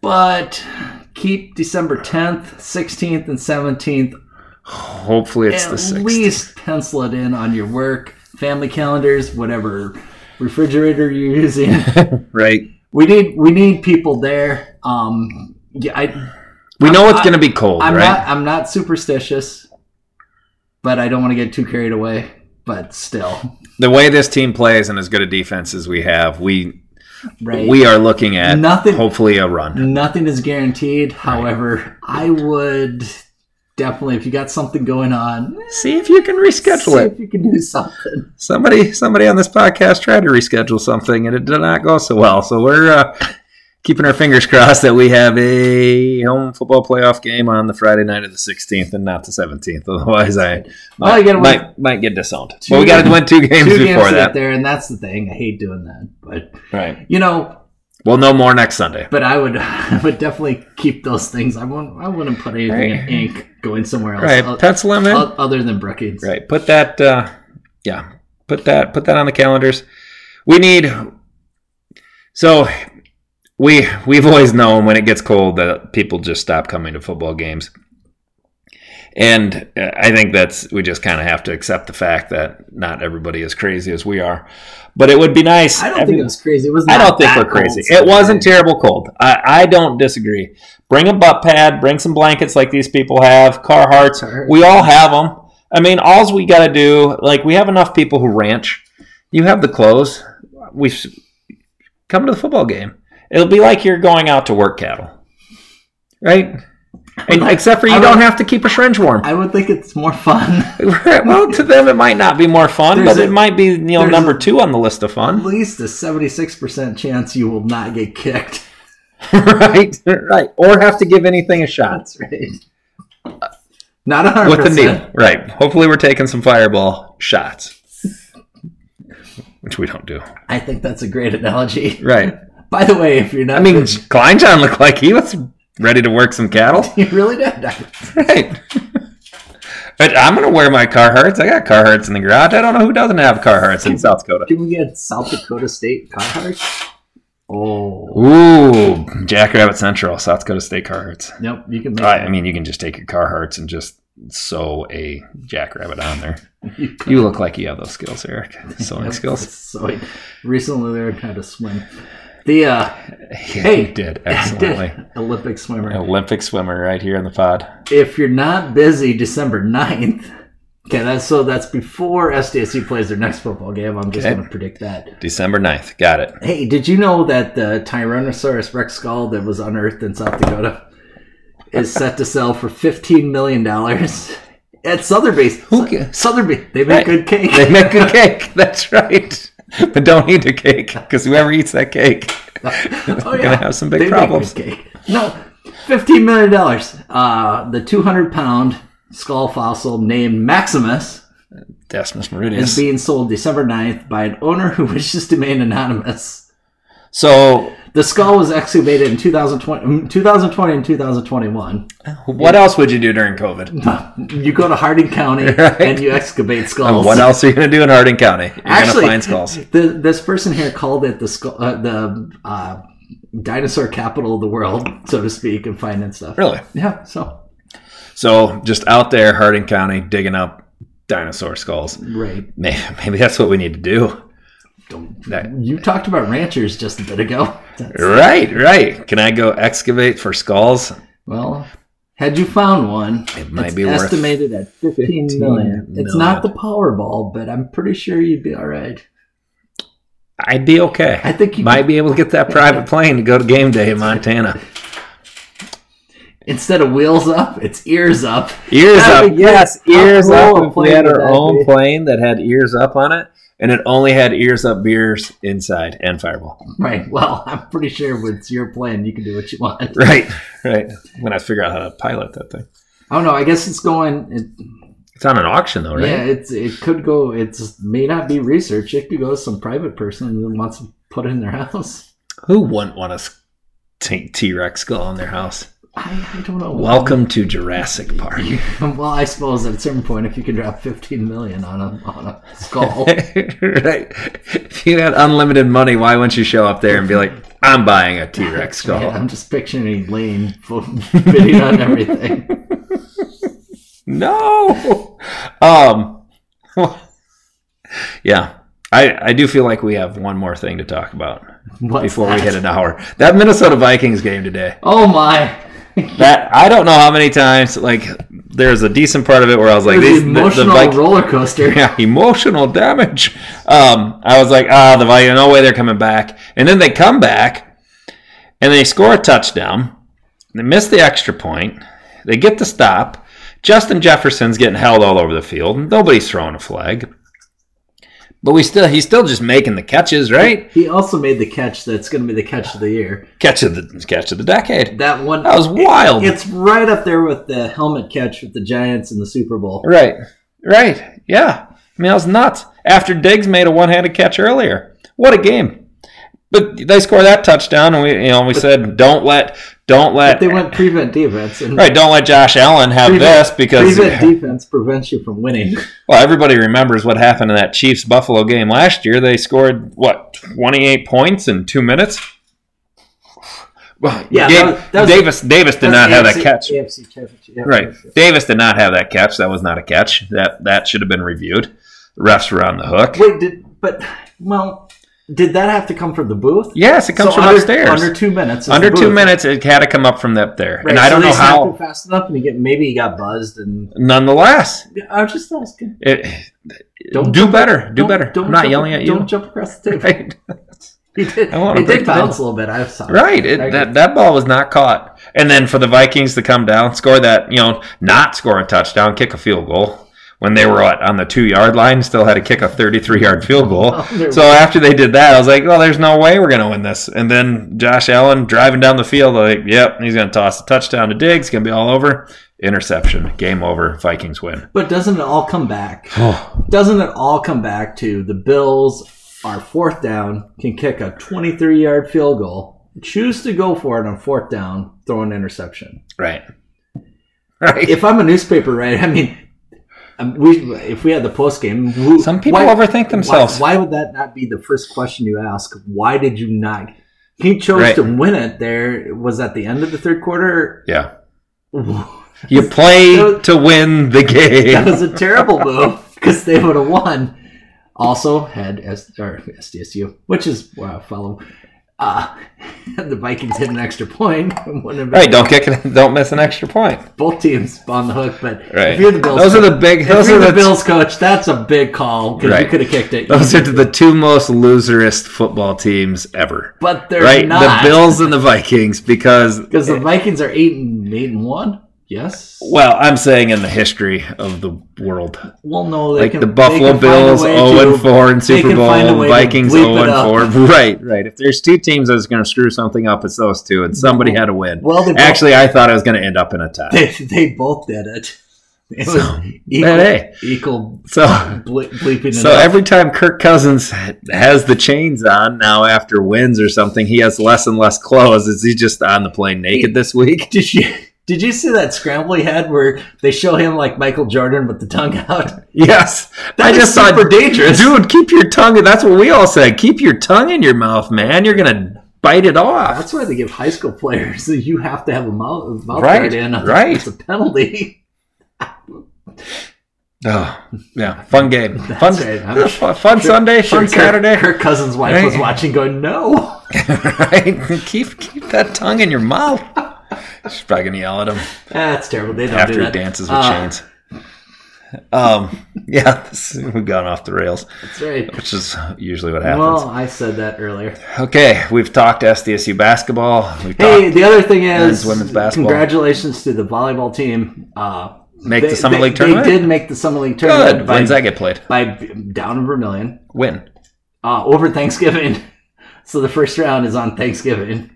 S2: but keep December tenth, sixteenth, and seventeenth
S1: Hopefully it's
S2: at
S1: the sixth.
S2: least pencil it in on your work, family calendars, whatever refrigerator you're using.
S1: Right.
S2: we need we need people there. Um, yeah, I,
S1: We know it's
S2: I-
S1: going to be cold,
S2: I'm
S1: right?
S2: not I'm not superstitious, but I don't want to get too carried away. But still,
S1: the way this team plays and as good a defense as we have, we
S2: right?
S1: we are looking at
S2: Nothing-
S1: Hopefully a run.
S2: Nothing is guaranteed. However, I would definitely if you got something going on, eh,
S1: See if you can reschedule
S2: see
S1: it.
S2: if you can do something.
S1: Somebody somebody on this podcast tried to reschedule something and it did not go so well. So we're uh, keeping our fingers crossed that we have a home football playoff game on the Friday night of the 16th and not the 17th. Otherwise, I
S2: Well,
S1: might,
S2: you gotta win
S1: might, might get disowned.
S2: two-
S1: Well, we got to win two games
S2: Two games
S1: before
S2: to get
S1: that.
S2: there, and that's the thing. I hate doing that, but
S1: Right.
S2: you know,
S1: We'll know more next Sunday.
S2: But I would, I would definitely keep those things. I won't, I wouldn't put anything in
S1: Right.
S2: ink going somewhere else.
S1: Right.
S2: o-
S1: Pencil him in.
S2: o- other than Brookings.
S1: Right. Put that. Uh, yeah. Put that. Put that on the calendars. We need. So, we we've always known when it gets cold that people just stop coming to football games, and uh, I think that's we just kind of have to accept the fact that not everybody is crazy as we are, but it would be nice.
S2: I don't
S1: every-
S2: think it was crazy. It was.
S1: I
S2: not
S1: don't think
S2: that
S1: we're crazy.
S2: cold.
S1: It wasn't terrible cold. I, I don't disagree. Bring a butt pad. Bring some blankets like these people have. Carhartts.
S2: Carhartt.
S1: We all have them. I mean, all's we got to do. Like we have enough people who ranch. You have the clothes. We've s- come to the football game. It'll be like you're going out to work cattle, right? And except for you
S2: I
S1: don't
S2: would-
S1: have to keep a trench warm.
S2: I would think it's more fun.
S1: well, to them it might not be more fun,
S2: There's
S1: but
S2: a-
S1: it might be you know
S2: there's
S1: number
S2: a-
S1: two on the list of fun.
S2: At least a seventy-six percent chance you will not get kicked.
S1: right, right, or have to give anything a shot
S2: That's right. Not a hundred
S1: with the
S2: percent.
S1: needle. Right. Hopefully, we're taking some fireball shots, which we don't do.
S2: I think that's a great analogy.
S1: Right.
S2: By the way, if you're not,
S1: I mean, Kleinjohn looked like he was ready to work some cattle.
S2: you really did.
S1: Right. But I'm gonna wear my Carhartts. I got Carhartts in the garage. I don't know who doesn't have Carhartts in South Dakota.
S2: Can we get South Dakota State Carhartt? Oh.
S1: Ooh, Jackrabbit Central, South Dakota State Carhartts.
S2: Nope, you can make
S1: I,
S2: that.
S1: I mean, you can just take your Carhartts and just sew a jackrabbit on there. You look like you have those skills, Eric. Sewing
S2: Yep,
S1: skills.
S2: So I recently learned how to swim. The uh,
S1: Yeah,
S2: Hey,
S1: you did excellently. Oh,
S2: Olympic swimmer.
S1: Olympic swimmer right here in the pod.
S2: If you're not busy December 9th, okay, that's so that's before SDSU plays their next football game. I'm just
S1: Okay.
S2: going to predict that.
S1: December 9th. Got it.
S2: Hey, did you know that the Tyrannosaurus Rex skull that was unearthed in South Dakota is set to sell for $15 million at Sotheby's?
S1: Who ca-
S2: Sotheby's. They
S1: Right.
S2: make good cake.
S1: They make a cake. That's right. But don't eat the cake because whoever eats that cake is
S2: Oh,
S1: going
S2: yeah.
S1: to have some big
S2: They make
S1: problems.
S2: good cake. No, fifteen million dollars. Uh, the two hundred pound skull fossil named Maximus
S1: Decimus
S2: is
S1: Meridius.
S2: being sold December 9th by an owner who wishes to remain anonymous.
S1: so,
S2: The skull was exhumated in 2020, mm, 2020 and 2021.
S1: what else would you do during COVID?
S2: You go to Harding County and you excavate skulls.
S1: What else are you going to do in Harding County? You're going to
S2: Actually,
S1: find skulls.
S2: The, this person here called it the skull, uh, the uh, dinosaur capital of the world, so to speak, and finding stuff.
S1: Really?
S2: Yeah. So
S1: So just out there, Harding County, digging up dinosaur skulls.
S2: right.
S1: Maybe, maybe that's what we need to do.
S2: Don't-
S1: That-
S2: you talked about ranchers just a bit ago. That's-
S1: Right, right. Can I go excavate for skulls?
S2: well, had you found one,
S1: It might
S2: it's
S1: be worth
S2: estimated at 15
S1: 15
S2: million. It's
S1: million.
S2: not the Powerball, but I'm pretty sure you'd be all right.
S1: I'd be okay.
S2: I think you
S1: Might be able to get that private plane to go to game day in Montana.
S2: instead of wheels up, it's ears up.
S1: Ears
S2: That'd
S1: up,
S2: be
S1: yes,
S2: great. How
S1: ears
S2: cool
S1: up.
S2: a
S1: If we
S2: plane
S1: had
S2: would
S1: our
S2: that
S1: own
S2: be?
S1: plane that had ears up on it, and it only had ears up beers inside and Fireball.
S2: Right. Well, I'm pretty sure with your plan, you can do what you want.
S1: Right, right. When I figure out how to pilot that thing,
S2: I don't know. I guess it's going. It,
S1: it's on an auction though, right?
S2: Yeah, it's it could go. It's may not be research. It could go to some private person who wants to put it in their house.
S1: Who wouldn't want a T Rex skull in their house?
S2: I, I don't know.
S1: Welcome to Jurassic Park.
S2: Well, I suppose at a certain point, if you can drop 15 million on a on a skull,
S1: right. If you had unlimited money, why wouldn't you show up there and be like, I'm buying a T Rex skull?
S2: yeah, I'm just picturing Elaine fo- bidding on everything.
S1: No. Um Yeah. I, I do feel like we have one more thing to talk about
S2: What's
S1: before
S2: that?
S1: we hit an hour. That Minnesota Vikings game today.
S2: Oh my!
S1: That I don't know how many times like there's a decent part of it where I was like
S2: Like
S1: these,
S2: the
S1: the, the
S2: emotional
S1: Vikings
S2: roller coaster.
S1: yeah, emotional damage. Um, I was like, ah, the Vikings, no way they're coming back. And then they come back and they score a touchdown. They miss the extra point. They get the stop. Justin Jefferson's getting held all over the field. Nobody's throwing a flag. But we still he's still just making the catches, right?
S2: He also made the catch that's going to be the catch of the year.
S1: Catch of the catch of the decade.
S2: That one
S1: That was wild.
S2: It's right up there with the helmet catch with the Giants in the Super Bowl.
S1: Right. Right. Yeah. I mean, that was nuts. After Diggs made a one-handed catch earlier, what a game! But they score that touchdown, and we, you know, we said don't let, don't
S2: But
S1: let,
S2: they went prevent defense, and
S1: right, don't let Josh Allen have
S2: Prevent-
S1: this because
S2: prevent defense prevents you from winning.
S1: well, everybody remembers what happened in that Chiefs Buffalo game last year. They scored what twenty-eight points in two minutes. Well,
S2: Yeah,
S1: Dave-
S2: that was- that was-
S1: Davis Davis did not have that
S2: AFC
S1: catch.
S2: AFC championship. Yeah,
S1: Right. Davis did not have that catch. That was not a catch. That that should have been reviewed. Refs were on the hook.
S2: Wait, did but well, did that have to come from the booth?
S1: Yes, it comes
S2: So
S1: from
S2: under,
S1: upstairs.
S2: Under
S1: Under,
S2: two minutes. is the
S1: two
S2: booth.
S1: minutes, it had to come up from up there,
S2: Right,
S1: and I
S2: so
S1: don't
S2: they
S1: know
S2: snapped
S1: how.
S2: it fast enough, and you get maybe he got buzzed, and
S1: Nonetheless,
S2: I'm just asking.
S1: it,
S2: Don't
S1: do better. Do
S2: Don't-
S1: better.
S2: Don't
S1: I'm not
S2: jump-
S1: yelling at you.
S2: Don't jump across the table.
S1: Right,
S2: He did.
S1: I wanna
S2: He
S1: break
S2: did
S1: the
S2: bounce a little bit. I saw. it.
S1: right.
S2: I
S1: It,
S2: agree.
S1: that that ball was not caught, and then for the Vikings to come down, score that, you know, not score a touchdown, kick a field goal when they were what, on the two yard line, still had to kick a thirty three yard field goal.
S2: Oh, there
S1: So after they did that, I was like, "Well, there's no way we're going to win this." And then Josh Allen driving down the field, like, "Yep, he's going to toss a touchdown to Diggs. Going to be all over. Interception. Game over. Vikings win."
S2: But doesn't it all come back?
S1: Oh,
S2: Doesn't it all come back to the Bills are fourth down, can kick a 23 yard field goal, choose to go for it on fourth down, throw an interception?
S1: right, right.
S2: If I'm a newspaper writer, I mean, um, we if we had the post game, who-
S1: Some people overthink themselves.
S2: Why, why would that not be the first question you ask? Why did you not? He chose
S1: Right.
S2: to win it. There was at the end of the third quarter.
S1: yeah,
S2: that
S1: you play to win the game.
S2: was a terrible move because they would have won. Also had S- or SDSU, which is where I follow. Uh, the Vikings hit an extra point. Wouldn't have been-
S1: Right, don't kick it. Don't miss an extra point.
S2: both teams on the hook, but
S1: Right.
S2: if you're the Bills,
S1: Those are
S2: coach-
S1: the big.
S2: if
S1: Those
S2: you're
S1: are
S2: the,
S1: the.
S2: Bills coach. That's a big call because
S1: Right.
S2: you could have kicked it.
S1: those are the two most loserest football teams ever.
S2: but they're
S1: Right,
S2: not
S1: the Bills and the Vikings because
S2: because the Vikings are eight and eight and one. Yes.
S1: Well, I'm saying in the history of the world,
S2: Well, no, they
S1: like
S2: can,
S1: the
S2: they
S1: Buffalo
S2: can find a
S1: Bills
S2: way
S1: 0
S2: to-
S1: and 4 in Super
S2: can
S1: Bowl,
S2: find a way to
S1: Vikings
S2: bleep
S1: 0
S2: it up.
S1: and 4. Right, right. If there's two teams that's going to screw something up, it's those two, and somebody had to win.
S2: Well, they both-
S1: actually, I thought I was going to end up in a tie.
S2: They, they both did it. It was
S1: So,
S2: equal,
S1: hey.
S2: equal
S1: So,
S2: ble- bleeping. It
S1: so
S2: up.
S1: every time Kirk Cousins has the chains on now after wins or something, he has less and less clothes. Is he just on the plane naked this week?
S2: did you did you see that scramble he had where they show him like Michael Jordan with the tongue out?
S1: Yes, I
S2: That is
S1: just saw
S2: super dangerous.
S1: Dude, keep your tongue. That's what we all said. Keep your tongue in your mouth, man. You're gonna bite it off.
S2: That's why they give high school players that you have to have a mouth, mouth
S1: Right,
S2: guard in.
S1: right.
S2: It's a penalty.
S1: Oh, yeah, fun game. Fun,
S2: That's right. I'm
S1: fun, fun Sunday,
S2: Sure,
S1: fun
S2: Kirk-
S1: Saturday.
S2: Kirk Cousins' wife was
S1: Right.
S2: watching, going, "No,
S1: right? Keep keep that tongue in your mouth. She's probably gonna yell at him
S2: that's terrible. They don't do
S1: after he
S2: that."
S1: dances with
S2: Uh,
S1: chains. Um, yeah, this, we've gone off the rails,
S2: That's right.
S1: which is usually what happens.
S2: Well, I said that earlier.
S1: okay, we've talked SDSU basketball. We've
S2: Hey,
S1: talked
S2: the other thing is,
S1: Men's, women's basketball.
S2: congratulations to the volleyball team. Uh,
S1: make
S2: they-
S1: the summer
S2: they-
S1: league tournament.
S2: They did make the summer league tournament.
S1: Good.
S2: By,
S1: When's that get played?
S2: by down in Vermillion
S1: When?
S2: uh, over Thanksgiving. so the first round is on Thanksgiving.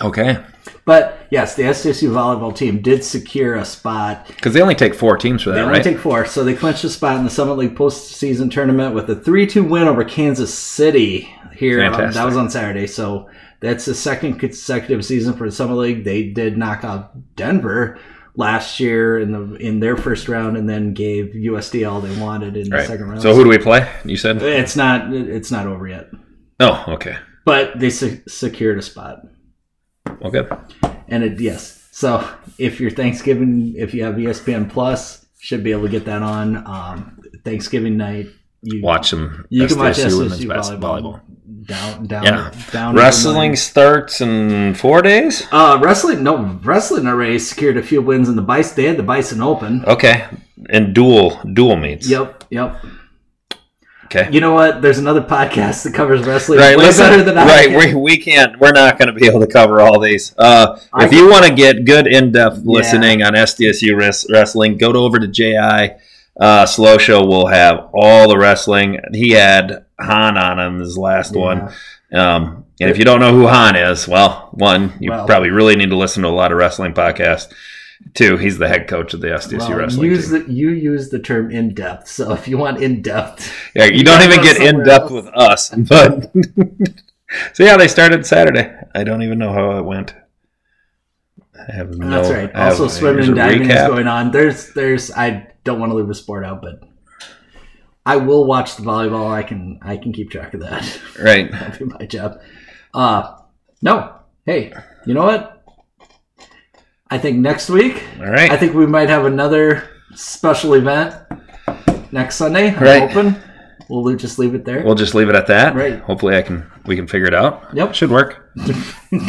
S1: Okay.
S2: But yes, the SDSU volleyball team did secure a spot
S1: Because they only take four teams for
S2: They
S1: that,
S2: only
S1: right?
S2: take four, so they clinched a spot in the Summit League postseason tournament with a three-two win over Kansas City. Here, um,
S1: Fantastic.
S2: that was on Saturday. So That's the second consecutive season for the Summer League. They did knock out Denver last year in the in their first round, and then gave USD all they wanted in the
S1: Right.
S2: second round.
S1: So who do we play? You said?
S2: it's not it's not over yet,
S1: Oh, okay.
S2: but they se- secured a spot.
S1: Well, good.
S2: And it, yes, so if you're Thanksgiving, if you have E ESPN Plus, should be able to get that on um, Thanksgiving night. You
S1: Watch some
S2: You can watch
S1: SDSU
S2: SDSU
S1: women's basketball.
S2: volleyball. down down
S1: Yeah.
S2: down
S1: Wrestling starts in four days.
S2: Uh, wrestling no wrestling already secured a few wins in the Bison. They had the Bison Open.
S1: Okay, and dual dual meets.
S2: Yep, yep.
S1: Okay.
S2: You know what? There's another podcast that covers wrestling
S1: Right,
S2: way
S1: listen,
S2: better than I
S1: right, we,
S2: can.
S1: we can't, we're not going to be able to cover all these. Uh,
S2: I
S1: if
S2: can-
S1: you want to get good in depth
S2: Yeah.
S1: listening on SDSU res- wrestling, go to over to JI uh, Slow Show. We'll have all the wrestling. He had Han on him his last
S2: Yeah.
S1: one. Um, and if you don't know who Han is, well, one, you
S2: Well-
S1: probably really need to listen to a lot of wrestling podcasts. Two, he's the head coach of the SDSU
S2: Well,
S1: wrestling
S2: use
S1: team.
S2: the, you use the term in depth. So if you want in depth,
S1: yeah, you
S2: you
S1: don't
S2: gotta
S1: even
S2: go
S1: get
S2: somewhere
S1: in depth
S2: else.
S1: with us, but. So yeah, they started Saturday. I don't even know how it went. I have no.
S2: That's right.
S1: I have-
S2: Also, swimming
S1: here's
S2: and
S1: a
S2: diving
S1: recap.
S2: is going on. There's, there's. I don't want to leave a sport out, but I will watch the volleyball. I can, I can keep track of that.
S1: Right.
S2: That'll be my job. Uh no. Hey, you know what? I think next week,
S1: All right.
S2: I think we might have another special event next Sunday. I'm
S1: Right.
S2: hoping. We'll lo- just leave it there.
S1: we'll just leave it at that.
S2: Right.
S1: Hopefully, I can. We can figure it out.
S2: Yep.
S1: Should work.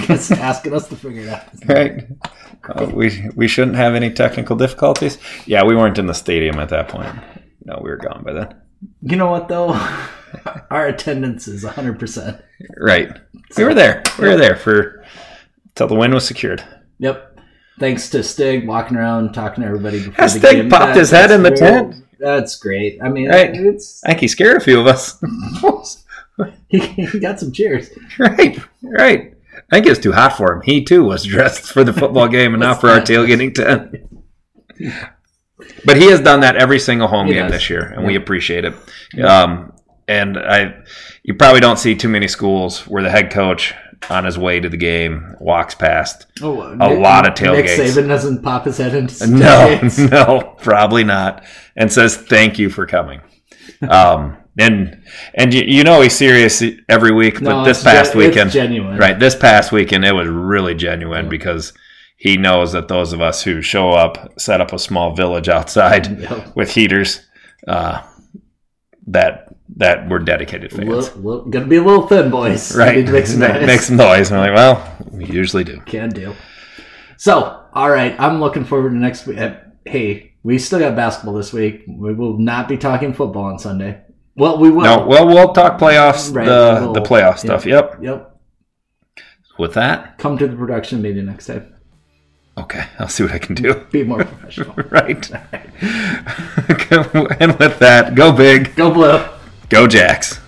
S2: Just asking us to figure it out.
S1: Right. Uh, we we shouldn't have any technical difficulties. Yeah, we weren't in the stadium at that point. No, we were gone by then.
S2: You know what though? Our attendance is 100. percent
S1: Right. We were there. We were there for till the win was secured.
S2: Yep. Thanks to Stig walking around talking to everybody. Before
S1: Yeah,
S2: the
S1: Stig
S2: game.
S1: popped his head
S2: that's
S1: in the
S2: great.
S1: tent.
S2: That's great. I mean,
S1: Right.
S2: it's
S1: I think he scared a few of us.
S2: he, he got some cheers.
S1: Right, right. I think it was too hot for him. He too was dressed for the football game and not for our tailgating tent. But he has done that every single home
S2: He
S1: game
S2: does.
S1: this year, and we
S2: Yep.
S1: appreciate it. Um, and I, you probably don't see too many schools where the head coach on his way to the game walks past.
S2: Oh, a
S1: lot of tailgates.
S2: Nick Saban doesn't pop his head into
S1: No,
S2: tailgates.
S1: no, probably not, and says thank you for coming. Um, and and you, you know he's serious every week,
S2: No,
S1: but this
S2: it's gen-
S1: past
S2: it's
S1: weekend,
S2: genuine.
S1: Right. This past weekend, it was really genuine because he knows that those of us who show up set up a small village outside
S2: Yep.
S1: with heaters uh, that that were dedicated fans.
S2: Look, look, gonna be a little thin, boys.
S1: right.
S2: Need to make some
S1: Ma-
S2: noise.
S1: make some noise. And I'm like, well, we usually do.
S2: Can do. So, all right, I'm looking forward to next week. Uh, Hey, we still got basketball this week. We will not be talking football on Sunday. Well, we will.
S1: No, well, we'll talk playoffs,
S2: Right,
S1: the
S2: we'll-
S1: the playoff stuff. Yep.
S2: Yep.
S1: With that,
S2: Come to the production meeting next time.
S1: okay, I'll see what I can do.
S2: Be more professional.
S1: Right. and with that, go big,
S2: Go blue.
S1: go Jacks.